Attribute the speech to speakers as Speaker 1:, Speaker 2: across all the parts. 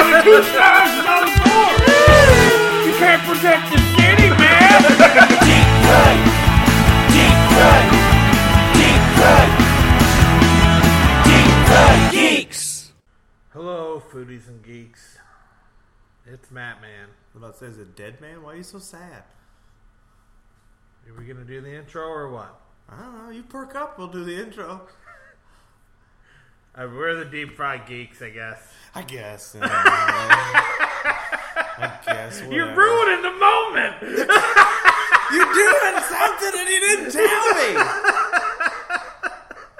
Speaker 1: suicide's on the floor. You can't protect the city, man.
Speaker 2: Deep cut. Deep cut. Deep cut. Deep cut geeks.
Speaker 3: Hello, foodies and geeks. It's Matt Man.
Speaker 4: What about says it dead man? Why are you so sad?
Speaker 3: Are we gonna do the intro or what?
Speaker 4: I don't know. You perk up. We'll do the intro.
Speaker 3: Uh, we're the deep fried geeks, I guess.
Speaker 4: I guess. uh, I guess.
Speaker 3: You're
Speaker 4: whatever.
Speaker 3: ruining the moment.
Speaker 4: You're doing something and you didn't tell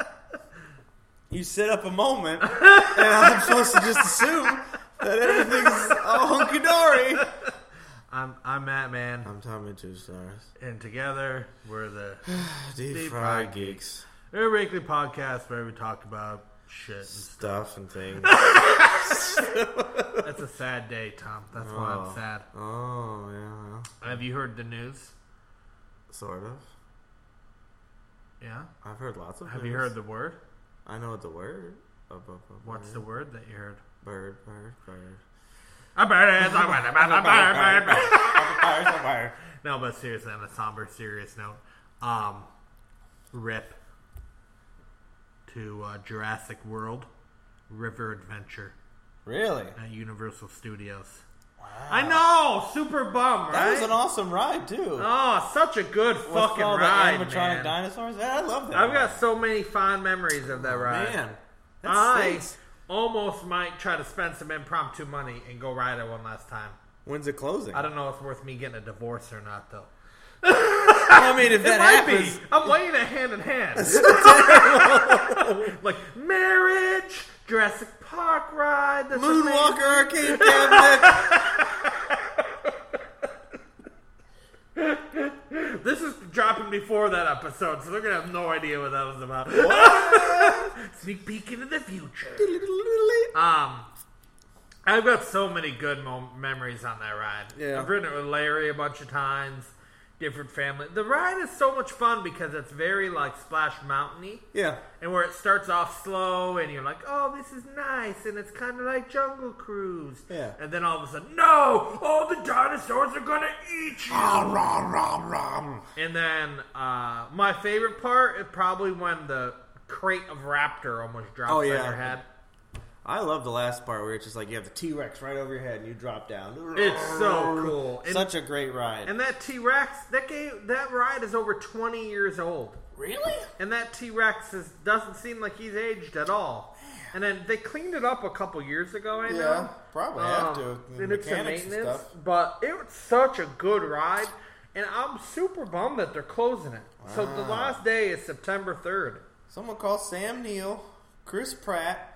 Speaker 4: me. You set up a moment, and I'm supposed to just assume that everything's all hunky dory.
Speaker 3: I'm I'm Matt Man,
Speaker 4: I'm Tommy Two Stars.
Speaker 3: and together we're the
Speaker 4: Deep,
Speaker 3: Deep fried
Speaker 4: fried geeks.
Speaker 3: we're a weekly podcast where we talk about shit.
Speaker 4: Stuff and things.
Speaker 3: That's a sad day, Tom. That's why I'm
Speaker 4: Oh.
Speaker 3: sad.
Speaker 4: Oh, yeah.
Speaker 3: Have you heard the news?
Speaker 4: Sort of.
Speaker 3: Yeah.
Speaker 4: I've heard lots of
Speaker 3: Have you
Speaker 4: news.
Speaker 3: heard the word?
Speaker 4: I know the word. Up, up, up,
Speaker 3: What's the word
Speaker 4: bird,
Speaker 3: that you heard?
Speaker 4: Bird, bird, bird.
Speaker 3: A bird is a bird, a bird, a bird, a bird.
Speaker 4: Up, up, bird.
Speaker 3: No, but seriously, on a somber, serious note, um, rip to uh, Jurassic World River Adventure
Speaker 4: Really?
Speaker 3: at Universal Studios. I know, super bum, right?
Speaker 4: That was an awesome ride, too.
Speaker 3: oh, such a good
Speaker 4: With
Speaker 3: fucking
Speaker 4: all the
Speaker 3: ride,
Speaker 4: animatronic
Speaker 3: man.
Speaker 4: dinosaurs. Yeah, I love that.
Speaker 3: I've
Speaker 4: ride.
Speaker 3: got so many fond memories of that ride.
Speaker 4: Man, that
Speaker 3: I
Speaker 4: stinks.
Speaker 3: almost might try to spend some impromptu money and go ride it one last time.
Speaker 4: When's it closing?
Speaker 3: I don't know if it's worth me getting a divorce or not, though.
Speaker 4: I mean, if that
Speaker 3: It might
Speaker 4: happens,
Speaker 3: be. I'm laying it hand in hand. like marriage, Jurassic Park ride, that's
Speaker 4: Moonwalker Arcade Cabinet.
Speaker 3: amazing. This is dropping before that episode, so they're gonna have no idea what that was about. Sneak peek into the future. Um, I've got so many good mo- memories on that ride.
Speaker 4: Yeah.
Speaker 3: I've ridden it with Larry a bunch of times. Different family. The ride is so much fun because it's very like Splash Mountainy.
Speaker 4: yeah.
Speaker 3: and where it starts off slow and you're like, oh, this is nice, and it's kind of like Jungle Cruise.
Speaker 4: Yeah.
Speaker 3: And then all of a sudden, no, all the dinosaurs are gonna eat you.
Speaker 4: Ah, rom, rom, rom.
Speaker 3: And then uh, my favorite part is probably when the crate of raptor almost drops
Speaker 4: Oh,
Speaker 3: on
Speaker 4: yeah.
Speaker 3: your head.
Speaker 4: I love the last part where it's just like you have the T Rex right over your head and you drop down.
Speaker 3: It's so cool. And,
Speaker 4: Such a great ride.
Speaker 3: and that T Rex, that game, that ride is over 20 years old.
Speaker 4: really?
Speaker 3: And that T Rex is doesn't seem like he's aged at all. And then they cleaned it up a couple years ago. I
Speaker 4: Yeah,
Speaker 3: know.
Speaker 4: probably
Speaker 3: Um,
Speaker 4: have to. The
Speaker 3: and it's a
Speaker 4: mechanics and
Speaker 3: maintenance,
Speaker 4: stuff.
Speaker 3: but it was such a good ride, and I'm super bummed that they're closing it. So the last day is September 3rd.
Speaker 4: Someone call Sam Neill, Chris Pratt,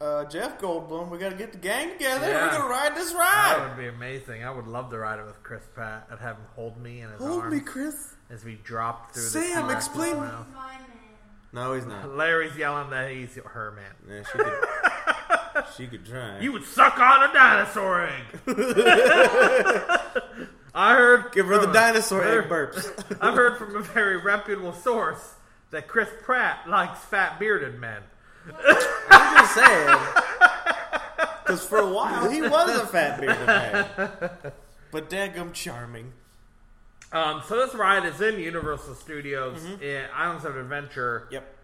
Speaker 4: uh, Jeff Goldblum. We got to get the gang together. and
Speaker 3: Yeah.
Speaker 4: We're gonna ride this
Speaker 3: That
Speaker 4: ride.
Speaker 3: would be amazing. I would love to ride it with Chris Pat and have him hold me in his
Speaker 4: Hold
Speaker 3: arms
Speaker 4: me, Chris.
Speaker 3: as we drop through. the
Speaker 4: Sam,
Speaker 3: T-Rex's
Speaker 4: explain-
Speaker 3: mouth.
Speaker 4: No, he's not.
Speaker 3: Larry's yelling that he's her man.
Speaker 4: Yeah, she could. she could try.
Speaker 3: You would suck on a dinosaur egg. I heard.
Speaker 4: give her the
Speaker 3: from a
Speaker 4: dinosaur
Speaker 3: very-
Speaker 4: egg burps.
Speaker 3: I've heard from a very reputable source that Chris Pratt likes fat bearded men.
Speaker 4: I'm just saying. Because for a while he was a fat bearded man, but daggum charming.
Speaker 3: Um, so this ride is in Universal Studios in Islands of Adventure.
Speaker 4: Mm-hmm. Yep.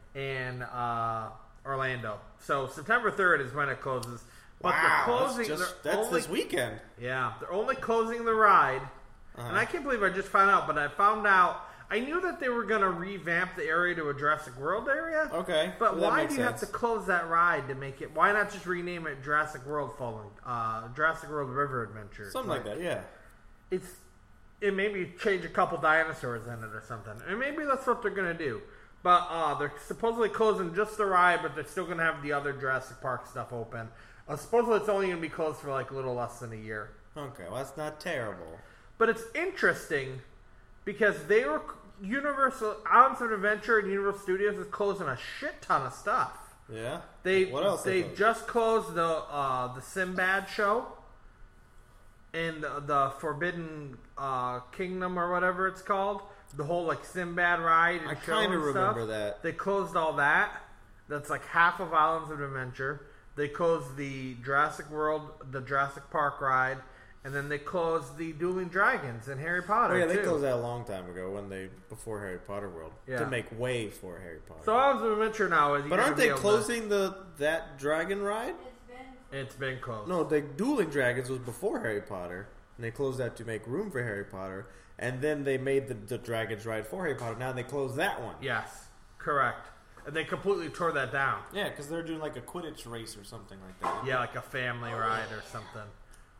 Speaker 3: In uh, Orlando. So September third is when it closes. But
Speaker 4: Wow,
Speaker 3: they're closing.
Speaker 4: that's, just,
Speaker 3: they're
Speaker 4: that's
Speaker 3: only,
Speaker 4: this weekend.
Speaker 3: Yeah, they're only closing the ride,
Speaker 4: Uh-huh.
Speaker 3: and I can't believe I just found out. But I found out. I knew that they were going to revamp the area to a Jurassic World area.
Speaker 4: Okay,
Speaker 3: But
Speaker 4: well, that
Speaker 3: why
Speaker 4: makes
Speaker 3: do you have to
Speaker 4: sense.
Speaker 3: close that ride to make it? Why not just rename it Jurassic World Fallen, uh, Jurassic World River Adventure?
Speaker 4: Something like that, yeah.
Speaker 3: it's it maybe change a couple dinosaurs in it or something. And maybe that's what they're gonna do. But uh, they're supposedly closing just the ride, but they're still gonna have the other Jurassic Park stuff open. Uh, supposedly it's only gonna be closed for like a little less than a year.
Speaker 4: Okay, well, that's not terrible.
Speaker 3: But it's interesting because they were Universal Islands of Adventure and Universal Studios is closing a shit ton of stuff.
Speaker 4: Yeah.
Speaker 3: They
Speaker 4: what else?
Speaker 3: They
Speaker 4: is it?
Speaker 3: just closed the uh, the Sinbad show and the, the Forbidden uh, Kingdom or whatever it's called. The whole like Sinbad ride. And
Speaker 4: I
Speaker 3: show
Speaker 4: kinda
Speaker 3: and
Speaker 4: remember
Speaker 3: stuff.
Speaker 4: that.
Speaker 3: they closed all that. That's like half of Islands of Adventure. They closed the Jurassic World, the Jurassic Park ride, and then they closed the Dueling Dragons and Harry Potter.
Speaker 4: Oh, yeah, they
Speaker 3: too.
Speaker 4: closed that a long time ago when they before Harry Potter World
Speaker 3: Yeah.
Speaker 4: to make way for Harry Potter.
Speaker 3: So all I'm going to mention now is, you
Speaker 4: but aren't
Speaker 3: gotta be
Speaker 4: they
Speaker 3: able to-
Speaker 4: closing the that dragon ride?
Speaker 3: It's been closed.
Speaker 4: No, the Dueling Dragons was before Harry Potter, and they closed that to make room for Harry Potter, and then they made the, the dragons ride for Harry Potter. Now they closed that one.
Speaker 3: Yes, correct. And they completely tore that down.
Speaker 4: Yeah, because they're doing like a Quidditch race or something like that.
Speaker 3: Yeah, like a family ride or something,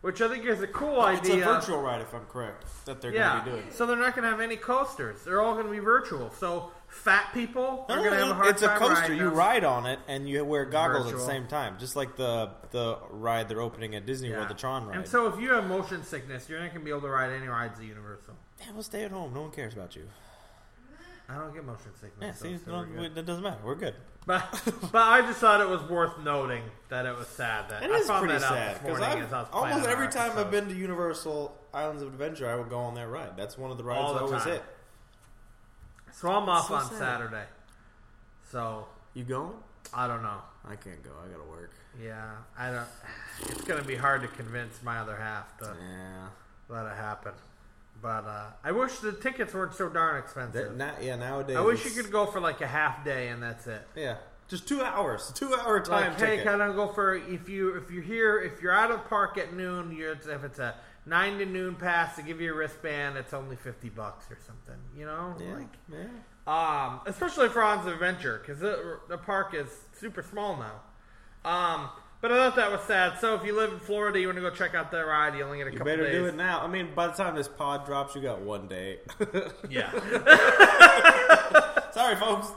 Speaker 3: which I think is a cool
Speaker 4: It's
Speaker 3: idea.
Speaker 4: a virtual ride, if I'm correct, that they're
Speaker 3: yeah,
Speaker 4: going to be doing.
Speaker 3: so they're not going to have any coasters. They're all going to be virtual. So fat people are
Speaker 4: No,
Speaker 3: going to
Speaker 4: no,
Speaker 3: have a
Speaker 4: no,
Speaker 3: hard
Speaker 4: Oh, it's a
Speaker 3: time
Speaker 4: coaster.
Speaker 3: riding
Speaker 4: You
Speaker 3: them.
Speaker 4: ride on it and you wear goggles at
Speaker 3: Virtual.
Speaker 4: the same time, just like the the ride they're opening at Disney
Speaker 3: Yeah.
Speaker 4: World, the Tron ride.
Speaker 3: And so if you have motion sickness, you're not going to be able to ride any rides at Universal.
Speaker 4: Man, we'll stay at home. No one cares about you.
Speaker 3: I don't get motion sickness.
Speaker 4: Yeah,
Speaker 3: so
Speaker 4: see,
Speaker 3: it's
Speaker 4: no,
Speaker 3: never good.
Speaker 4: it doesn't matter. We're good.
Speaker 3: But but I just thought it was worth noting that it was sad that
Speaker 4: It
Speaker 3: I
Speaker 4: is
Speaker 3: found
Speaker 4: pretty
Speaker 3: that out
Speaker 4: sad
Speaker 3: this morning
Speaker 4: I've-
Speaker 3: as I was planning
Speaker 4: almost
Speaker 3: our
Speaker 4: every time
Speaker 3: episode.
Speaker 4: I've been to Universal Islands of Adventure, I will go on that ride. That's one of the rides
Speaker 3: All
Speaker 4: I
Speaker 3: the
Speaker 4: always
Speaker 3: time.
Speaker 4: hit.
Speaker 3: So I'm off
Speaker 4: so
Speaker 3: on
Speaker 4: sad.
Speaker 3: Saturday. So
Speaker 4: You going?
Speaker 3: I don't know.
Speaker 4: I can't go. I gotta work.
Speaker 3: Yeah, I don't. It's gonna be hard to convince my other half to
Speaker 4: Yeah.
Speaker 3: let it happen. But uh, I wish the tickets weren't so darn
Speaker 4: That,
Speaker 3: expensive.
Speaker 4: not, yeah. Nowadays,
Speaker 3: I wish you
Speaker 4: it's-
Speaker 3: could go for like a half day and that's it.
Speaker 4: Yeah, just two hours. Two hour time
Speaker 3: Like, hey,
Speaker 4: ticket.
Speaker 3: can I go for if you if you're here if you're out of the park at noon? You're, it's- if it's a nine to noon pass, to give you a wristband. It's only fifty bucks or something. You know,
Speaker 4: yeah,
Speaker 3: like
Speaker 4: yeah.
Speaker 3: Um, especially for Islands of Adventure, because the, the park is super small now. Um, but I thought that was sad. So if you live in Florida, you want to go check out that ride. You only get a
Speaker 4: You
Speaker 3: couple
Speaker 4: better
Speaker 3: days.
Speaker 4: do it now. I mean, by the time this pod drops, you got one day.
Speaker 3: Yeah.
Speaker 4: Sorry, folks.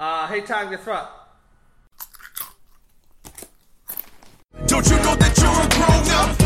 Speaker 3: uh, hey Tom, guess what?
Speaker 2: Don't you know that you're a grown up?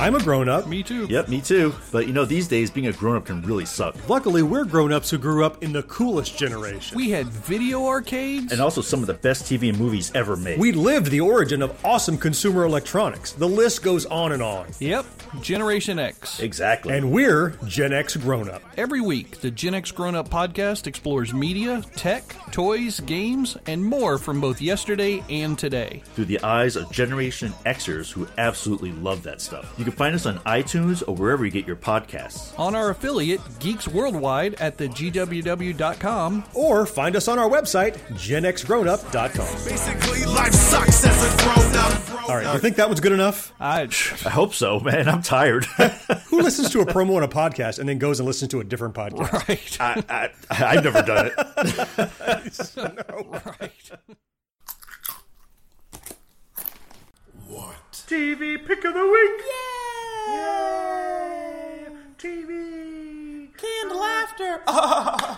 Speaker 5: I'm a grown up.
Speaker 6: Me too.
Speaker 7: Yep, me too. But you know, these days being a grown up can really suck.
Speaker 5: Luckily, we're grown ups who grew up in the coolest generation.
Speaker 6: We had video arcades.
Speaker 7: And also some of the best TV and movies ever made.
Speaker 5: We lived the origin of awesome consumer electronics. The list goes on and on.
Speaker 6: yep, Generation X.
Speaker 7: exactly.
Speaker 5: And we're Gen X grown up.
Speaker 6: Every week, the Gen X Grown Up podcast explores media, tech, toys, games, and more from both yesterday and today.
Speaker 7: through the eyes of Generation Xers who absolutely love that stuff. You can find us on iTunes or wherever you get your podcasts.
Speaker 6: On our affiliate, Geeks Worldwide, at the GWW.com.
Speaker 5: Or find us on our website, genxgrownup.com.
Speaker 2: Basically, life sucks as a grown up.
Speaker 5: All right, you think that was good enough?
Speaker 6: I,
Speaker 7: I hope so, man. I'm tired.
Speaker 5: Who listens to a promo on a podcast and then goes and listens to a different podcast?
Speaker 6: right,
Speaker 7: I, I, I've never done it.
Speaker 6: right.
Speaker 2: What?
Speaker 3: TV pick of the week. Yay! TV.
Speaker 4: Canned laughter.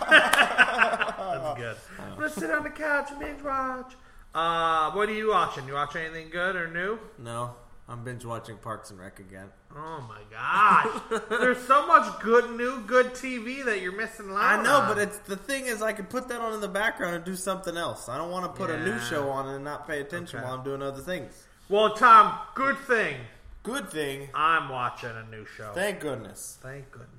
Speaker 3: That's good. I'm gonna sit on the couch and binge watch. Uh, what are you watching? You watch anything good or new?
Speaker 4: No, I'm binge watching Parks and Rec again.
Speaker 3: Oh my gosh! There's so much good new good TV that you're missing out.
Speaker 4: I know,
Speaker 3: on.
Speaker 4: but it's the thing is, I can put that on in the background and do something else. I don't want to put a
Speaker 3: Yeah.
Speaker 4: new show on and not pay attention
Speaker 3: Okay.
Speaker 4: while I'm doing other things.
Speaker 3: well, Tom, good thing
Speaker 4: Good thing,
Speaker 3: I'm watching a new show.
Speaker 4: thank goodness.
Speaker 3: Thank goodness.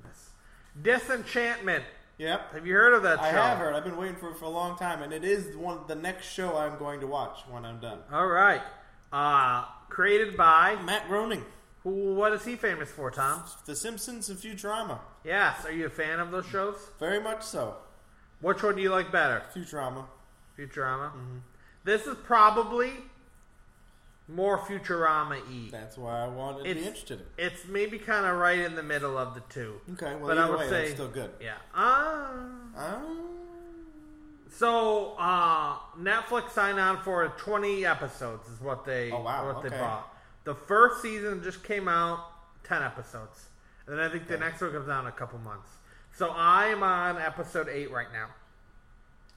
Speaker 3: Disenchantment.
Speaker 4: Yep,
Speaker 3: Have you heard of that show?
Speaker 4: I have heard. I've been waiting for it for a long time, and it is one the next show I'm going to watch when I'm done.
Speaker 3: All right. Uh, created by
Speaker 4: Matt Groening,
Speaker 3: who? What is he famous for, Tom?
Speaker 4: The Simpsons and Futurama,
Speaker 3: Yes. Are you a fan of those shows?
Speaker 4: very much so.
Speaker 3: Which one do you like better?
Speaker 4: Futurama.
Speaker 3: Futurama.
Speaker 4: Mm-hmm.
Speaker 3: This is probably more Futurama e.
Speaker 4: That's why I wanted to be interested in.
Speaker 3: It's maybe kind of right in the middle of the two.
Speaker 4: Okay, well,
Speaker 3: but
Speaker 4: either
Speaker 3: I would
Speaker 4: way,
Speaker 3: say
Speaker 4: that's still good.
Speaker 3: Yeah. Uh,
Speaker 4: Um,
Speaker 3: So uh, Netflix signed on for 20 episodes is what they
Speaker 4: Oh, wow,
Speaker 3: what they
Speaker 4: okay.
Speaker 3: bought. The first season just came out 10 episodes, and then I think the next one comes out in a couple months. So I am on episode eight right now.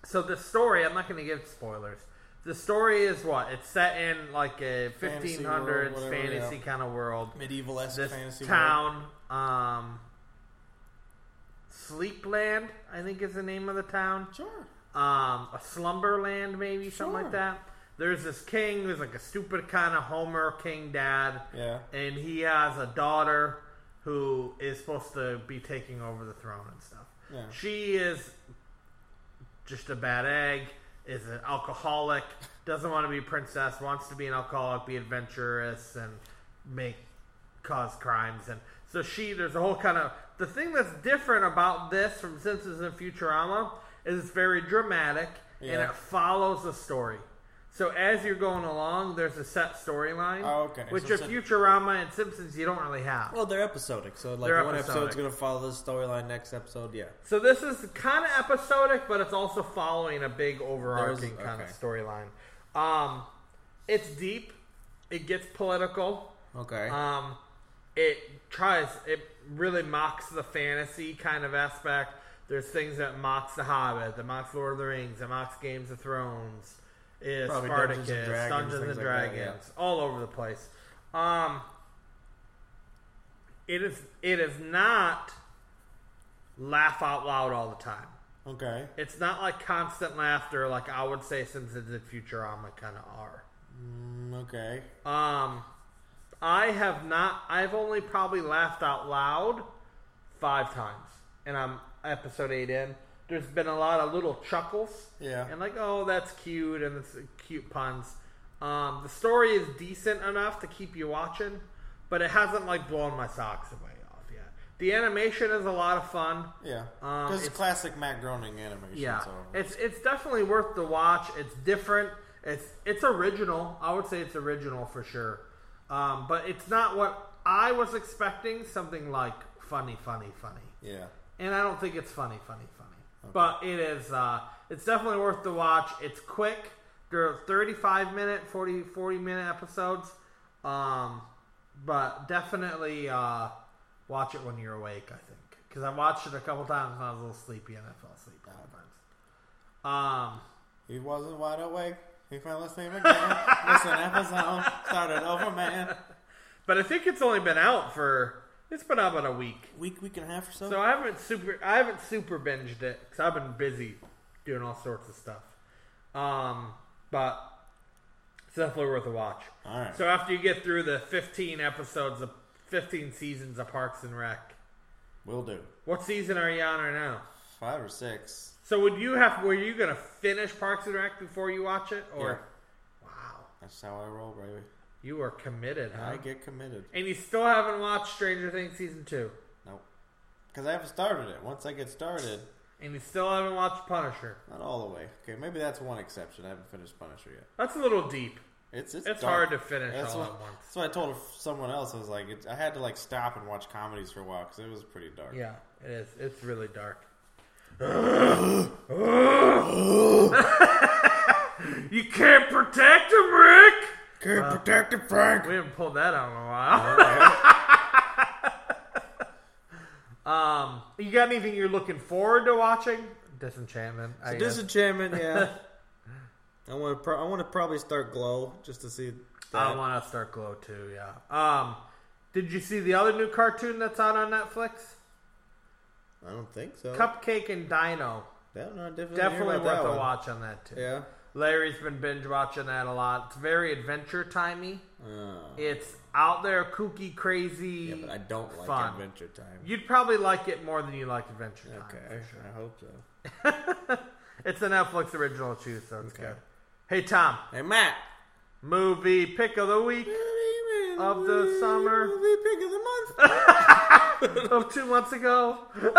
Speaker 3: So the story, I'm not going to give spoilers. The story is what it's set in like a 1500s
Speaker 4: Fantasy
Speaker 3: fantasy,
Speaker 4: world, whatever, yeah.
Speaker 3: kind of world
Speaker 4: medieval esque
Speaker 3: this
Speaker 4: fantasy world.
Speaker 3: town, um, Sleepland, I think is the name of the town.
Speaker 4: Sure.
Speaker 3: Um, a Slumberland, maybe something like
Speaker 4: Sure.
Speaker 3: that. There's this king who's like a stupid kind of Homer King dad.
Speaker 4: Yeah.
Speaker 3: and he has a daughter who is supposed to be taking over the throne and stuff.
Speaker 4: Yeah.
Speaker 3: She is just a bad egg. is an alcoholic, doesn't want to be a princess, wants to be an alcoholic, be adventurous, and make cause crimes. And so she, there's a whole kind of the thing that's different about this from Simpsons and Futurama is it's very dramatic and
Speaker 4: Yeah.
Speaker 3: it follows the story. So as you're going along, there's a set storyline,
Speaker 4: Oh, okay.
Speaker 3: which
Speaker 4: So
Speaker 3: at
Speaker 4: it's a-
Speaker 3: Futurama and Simpsons you don't really have.
Speaker 4: Well, they're episodic, so like
Speaker 3: They're
Speaker 4: one episode's
Speaker 3: episodic.
Speaker 4: gonna follow this storyline, next episode, yeah.
Speaker 3: So this is kind of episodic, but it's also following a big overarching
Speaker 4: There's-
Speaker 3: kind of
Speaker 4: okay.
Speaker 3: storyline. Um, it's deep. It gets political.
Speaker 4: Okay.
Speaker 3: Um, it tries. It really mocks the fantasy kind of aspect. There's things that mocks The Hobbit, that mocks Lord of the Rings, that mocks Games of Thrones, is
Speaker 4: Probably
Speaker 3: Spartacus,
Speaker 4: Dungeons and
Speaker 3: Dungeons and
Speaker 4: Dragons,
Speaker 3: Dragons,
Speaker 4: things like that, yeah.
Speaker 3: all over the place. Um, it is. It is not laugh out loud all the time.
Speaker 4: okay.
Speaker 3: It's not like constant laughter, like I would say Simpsons and Futurama kind of are.
Speaker 4: Mm, Okay.
Speaker 3: Um, I have not. I've only probably laughed out loud five times, and I'm episode eight in. There's been a lot of little chuckles,
Speaker 4: Yeah.
Speaker 3: and like, oh, that's cute, and it's cute puns. Um, the story is decent enough to keep you watching, but it hasn't like blown my socks away off yet. The animation is a lot of fun.
Speaker 4: Yeah.
Speaker 3: Um,
Speaker 4: 'Cause it's
Speaker 3: it's-
Speaker 4: classic Matt Groening animation.
Speaker 3: Yeah,
Speaker 4: So.
Speaker 3: it's it's definitely worth the watch. It's different. It's it's original. I would say it's original for sure. Um, but it's not what I was expecting. Something like funny, funny, funny.
Speaker 4: yeah.
Speaker 3: And I don't think it's funny, funny, funny. But it is. Uh, it's definitely worth the watch. It's quick. There are 35 minute, 40, 40 minute episodes. Um, but definitely uh, watch it when you're awake. I think because I watched it a couple times and I was a little sleepy and I fell asleep a couple times. Um,
Speaker 4: He wasn't wide awake. He fell asleep again. Missed an episode. Started over, man.
Speaker 3: but I think it's only been out for it's been out about a week.
Speaker 4: Week, week and a half or so.
Speaker 3: So I haven't super I haven't super binged it because I've been busy doing all sorts of stuff. Um, but it's definitely worth a watch.
Speaker 4: All right.
Speaker 3: So after you get through the 15 episodes of 15 seasons of Parks and Rec,
Speaker 4: Will do.
Speaker 3: what season are you on right now?
Speaker 4: Five or six.
Speaker 3: So would you have were you gonna finish Parks and Rec before you watch it or? Wow,
Speaker 4: That's how I roll, baby.
Speaker 3: you are committed, huh?
Speaker 4: I get committed.
Speaker 3: and you still haven't watched Stranger Things season two,
Speaker 4: Nope. Because I haven't started it. Once I get started,
Speaker 3: and you still haven't watched Punisher.
Speaker 4: not all the way. Okay, maybe that's one exception. I haven't finished Punisher yet.
Speaker 3: That's a little deep.
Speaker 4: It's it's,
Speaker 3: It's
Speaker 4: dark.
Speaker 3: hard to finish
Speaker 4: That's
Speaker 3: all
Speaker 4: what,
Speaker 3: at once.
Speaker 4: That's what I told someone else. I was like, it, I had to like stop and watch comedies for a while because it was pretty dark.
Speaker 3: Yeah, it is. It's really dark. you can't protect him, Rick.
Speaker 4: Can't
Speaker 3: Uh,
Speaker 4: protect it, Frank.
Speaker 3: We haven't pulled that out in a while. um, you got anything you're looking forward to watching? Disenchantment. I guess.
Speaker 4: Disenchantment, yeah. I want to. Pro- I want to probably start Glow just to see.
Speaker 3: I want to start Glow too. Yeah. Um, did you see the other new cartoon that's out on Netflix?
Speaker 4: I don't think so.
Speaker 3: Cupcake and Dino.
Speaker 4: That- no, I definitely didn't hear
Speaker 3: Definitely
Speaker 4: about that
Speaker 3: worth a
Speaker 4: one.
Speaker 3: watch on that too.
Speaker 4: Yeah.
Speaker 3: Larry's been binge watching that a lot. It's very adventure timey. It's out there, kooky, crazy.
Speaker 4: Oh. Yeah, but I don't like
Speaker 3: fun.
Speaker 4: Adventure Time.
Speaker 3: You'd probably like it more than you like Adventure Time.
Speaker 4: okay, I hope so.
Speaker 3: It's a Netflix original too, so it's good. Hey Tom,
Speaker 4: Hey, Matt.
Speaker 3: movie pick of the week Of the summer.
Speaker 4: Movie pick of the month.
Speaker 3: of two months ago.
Speaker 4: wow.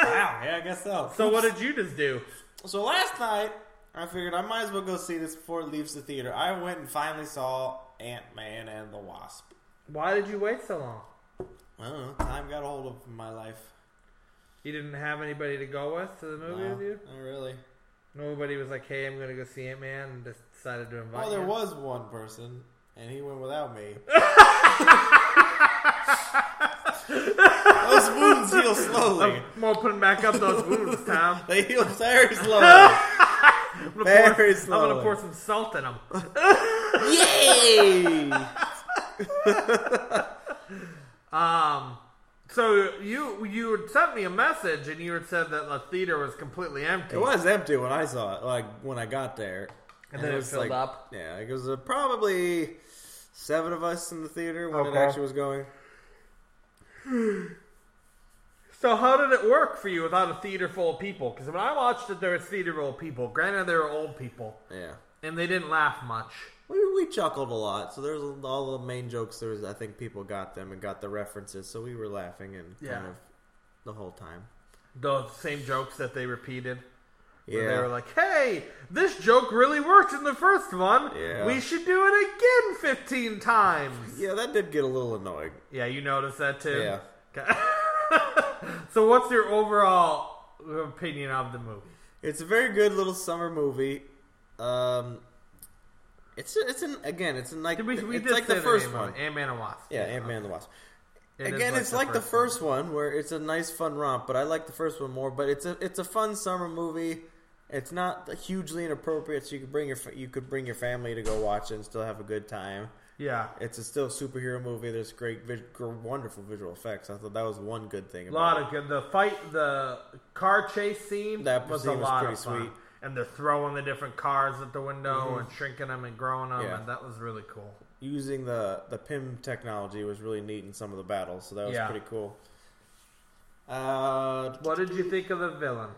Speaker 4: Yeah, I guess so.
Speaker 3: So what did you just do?
Speaker 4: So last night, I figured I might as well go see this before it leaves the theater. I went and finally saw Ant Man and the Wasp.
Speaker 3: Why did you wait so long?
Speaker 4: I don't know. Time got a hold of my life.
Speaker 3: You didn't have anybody to go with to the movie
Speaker 4: No,
Speaker 3: with you.
Speaker 4: not really.
Speaker 3: Nobody was like, "Hey, I'm gonna go see Ant Man," and just decided to invite.
Speaker 4: Well, there
Speaker 3: you.
Speaker 4: was one person, and he went without me. Those wounds heal slowly.
Speaker 3: I'm opening back up those wounds, Tom.
Speaker 4: They heal very slowly.
Speaker 3: I'm gonna pour-
Speaker 4: Very
Speaker 3: I'm gonna
Speaker 4: slowly.
Speaker 3: pour some salt in them.
Speaker 4: Yay!
Speaker 3: Um, so you you had sent me a message and you had said that the theater was completely empty.
Speaker 4: It was empty when I saw it. Like when I got there, and,
Speaker 3: then it
Speaker 4: was
Speaker 3: filled
Speaker 4: like,
Speaker 3: up.
Speaker 4: Yeah, like, it was uh, probably seven of us in the theater when
Speaker 3: Okay.
Speaker 4: it actually was going.
Speaker 3: So how did it work for you without a theater full of people? Because when I watched it, there was theater full of people. Granted, they were old people,
Speaker 4: Yeah.
Speaker 3: and they didn't laugh much.
Speaker 4: We, we chuckled a lot. So there's all the main jokes. There was, I think people got them and got the references. So we were laughing and kind
Speaker 3: Yeah.
Speaker 4: of the whole time.
Speaker 3: Those same jokes that they repeated.
Speaker 4: Yeah.
Speaker 3: They were like, "Hey, this joke really worked in the first one.
Speaker 4: Yeah.
Speaker 3: We should do it again fifteen times."
Speaker 4: yeah, that did get a little annoying.
Speaker 3: Yeah, you noticed that too.
Speaker 4: Yeah.
Speaker 3: Okay. so, what's your overall opinion of the movie?
Speaker 4: It's a very good little summer movie. Um, it's a, it's an again, it's an like
Speaker 3: Did we, we
Speaker 4: it's
Speaker 3: did
Speaker 4: like
Speaker 3: say
Speaker 4: the first
Speaker 3: name of
Speaker 4: one.
Speaker 3: it, Ant-Man and Wasp.
Speaker 4: Yeah, Ant Man and the Wasp.
Speaker 3: It is
Speaker 4: Again, it's like the first one. where it's a nice, fun romp, but I like the first one more. But it's a it's a fun summer movie. It's not hugely inappropriate, so you could bring your fa- you could bring your family to go watch it and still have a good time.
Speaker 3: Yeah.
Speaker 4: It's a still superhero movie. There's great, vis- gr- wonderful visual effects. I thought that was one good thing.
Speaker 3: A
Speaker 4: About
Speaker 3: lot
Speaker 4: it.
Speaker 3: of good. The fight, the car chase scene
Speaker 4: That
Speaker 3: was
Speaker 4: scene
Speaker 3: a
Speaker 4: was
Speaker 3: lot
Speaker 4: pretty
Speaker 3: of fun.
Speaker 4: sweet. Mm-hmm.
Speaker 3: And they're throwing the different cars at the window and shrinking them and growing them,
Speaker 4: Yeah.
Speaker 3: and that was really cool.
Speaker 4: using the the PIM technology was really neat in some of the battles, so that was
Speaker 3: Yeah.
Speaker 4: pretty cool. Uh,
Speaker 3: What did you think of the villain?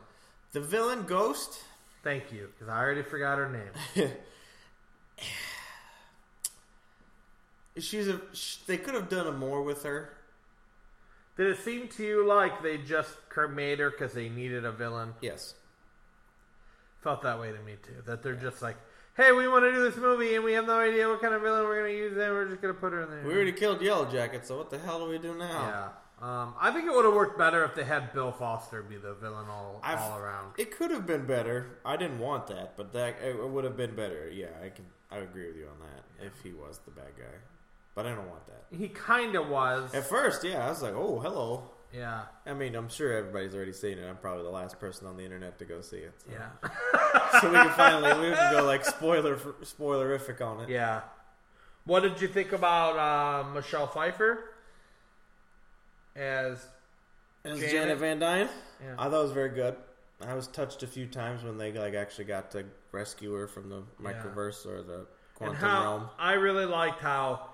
Speaker 4: the villain Ghost.
Speaker 3: Thank you, because I already forgot her name.
Speaker 4: She's a. Sh- they could have done more with her.
Speaker 3: Did it seem to you like they just made her because they needed a villain?
Speaker 4: Yes.
Speaker 3: Felt that way to me too. That they're just like, hey, we want to do this movie and we have no idea what kind of villain we're going to use, and we're just going to put her in there.
Speaker 4: We already killed Yellow Jacket, so what the hell do we do now?
Speaker 3: Yeah. Um, I think it would have worked better if they had Bill Foster be the villain all,
Speaker 4: I've-
Speaker 3: all around.
Speaker 4: It could have been better. I didn't want that, but that it would have been better. Yeah, I can. I agree with you on that. If he was the bad guy, but I don't want that.
Speaker 3: He kind of was.
Speaker 4: At first, yeah, I was like, oh, hello.
Speaker 3: yeah.
Speaker 4: I mean, I'm sure everybody's already seen it. I'm probably the last person on the internet to go see it. So,
Speaker 3: Yeah.
Speaker 4: so we can finally we can go like spoiler spoilerific on it.
Speaker 3: yeah. What did you think about uh, Michelle Pfeiffer as
Speaker 4: As
Speaker 3: Janet-
Speaker 4: Janet, Van Dyne,
Speaker 3: Yeah.
Speaker 4: I thought it was very good. I was touched a few times when they like actually got to rescue her from the microverse or the
Speaker 3: and
Speaker 4: quantum
Speaker 3: how
Speaker 4: realm.
Speaker 3: I really liked how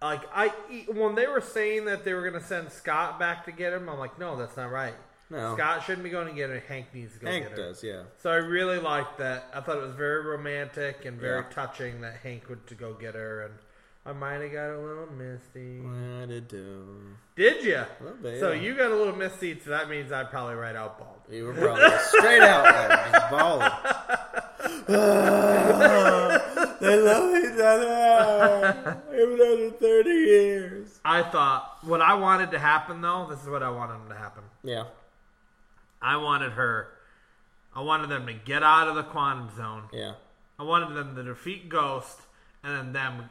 Speaker 3: like I e, when they were saying that they were gonna send Scott back to get him, I'm like, no, that's not right.
Speaker 4: No.
Speaker 3: Scott shouldn't be going to get her. Hank needs to go
Speaker 4: Hank
Speaker 3: get her.
Speaker 4: does, yeah.
Speaker 3: So I really liked that. I thought it was very romantic and very
Speaker 4: Yeah.
Speaker 3: touching that Hank would to go get her, and I might have got a little misty.
Speaker 4: I did do.
Speaker 3: Did you?
Speaker 4: little bit,
Speaker 3: So
Speaker 4: yeah.
Speaker 3: you got a little misty, so that means I'd probably write out bald.
Speaker 4: You were probably straight out like just balling. Ah, they love each other. Even after thirty years.
Speaker 3: I thought what I wanted to happen though. This is what I wanted to happen.
Speaker 4: Yeah.
Speaker 3: I wanted her. I wanted them to get out of the quantum zone.
Speaker 4: Yeah.
Speaker 3: I wanted them to defeat Ghost, and then them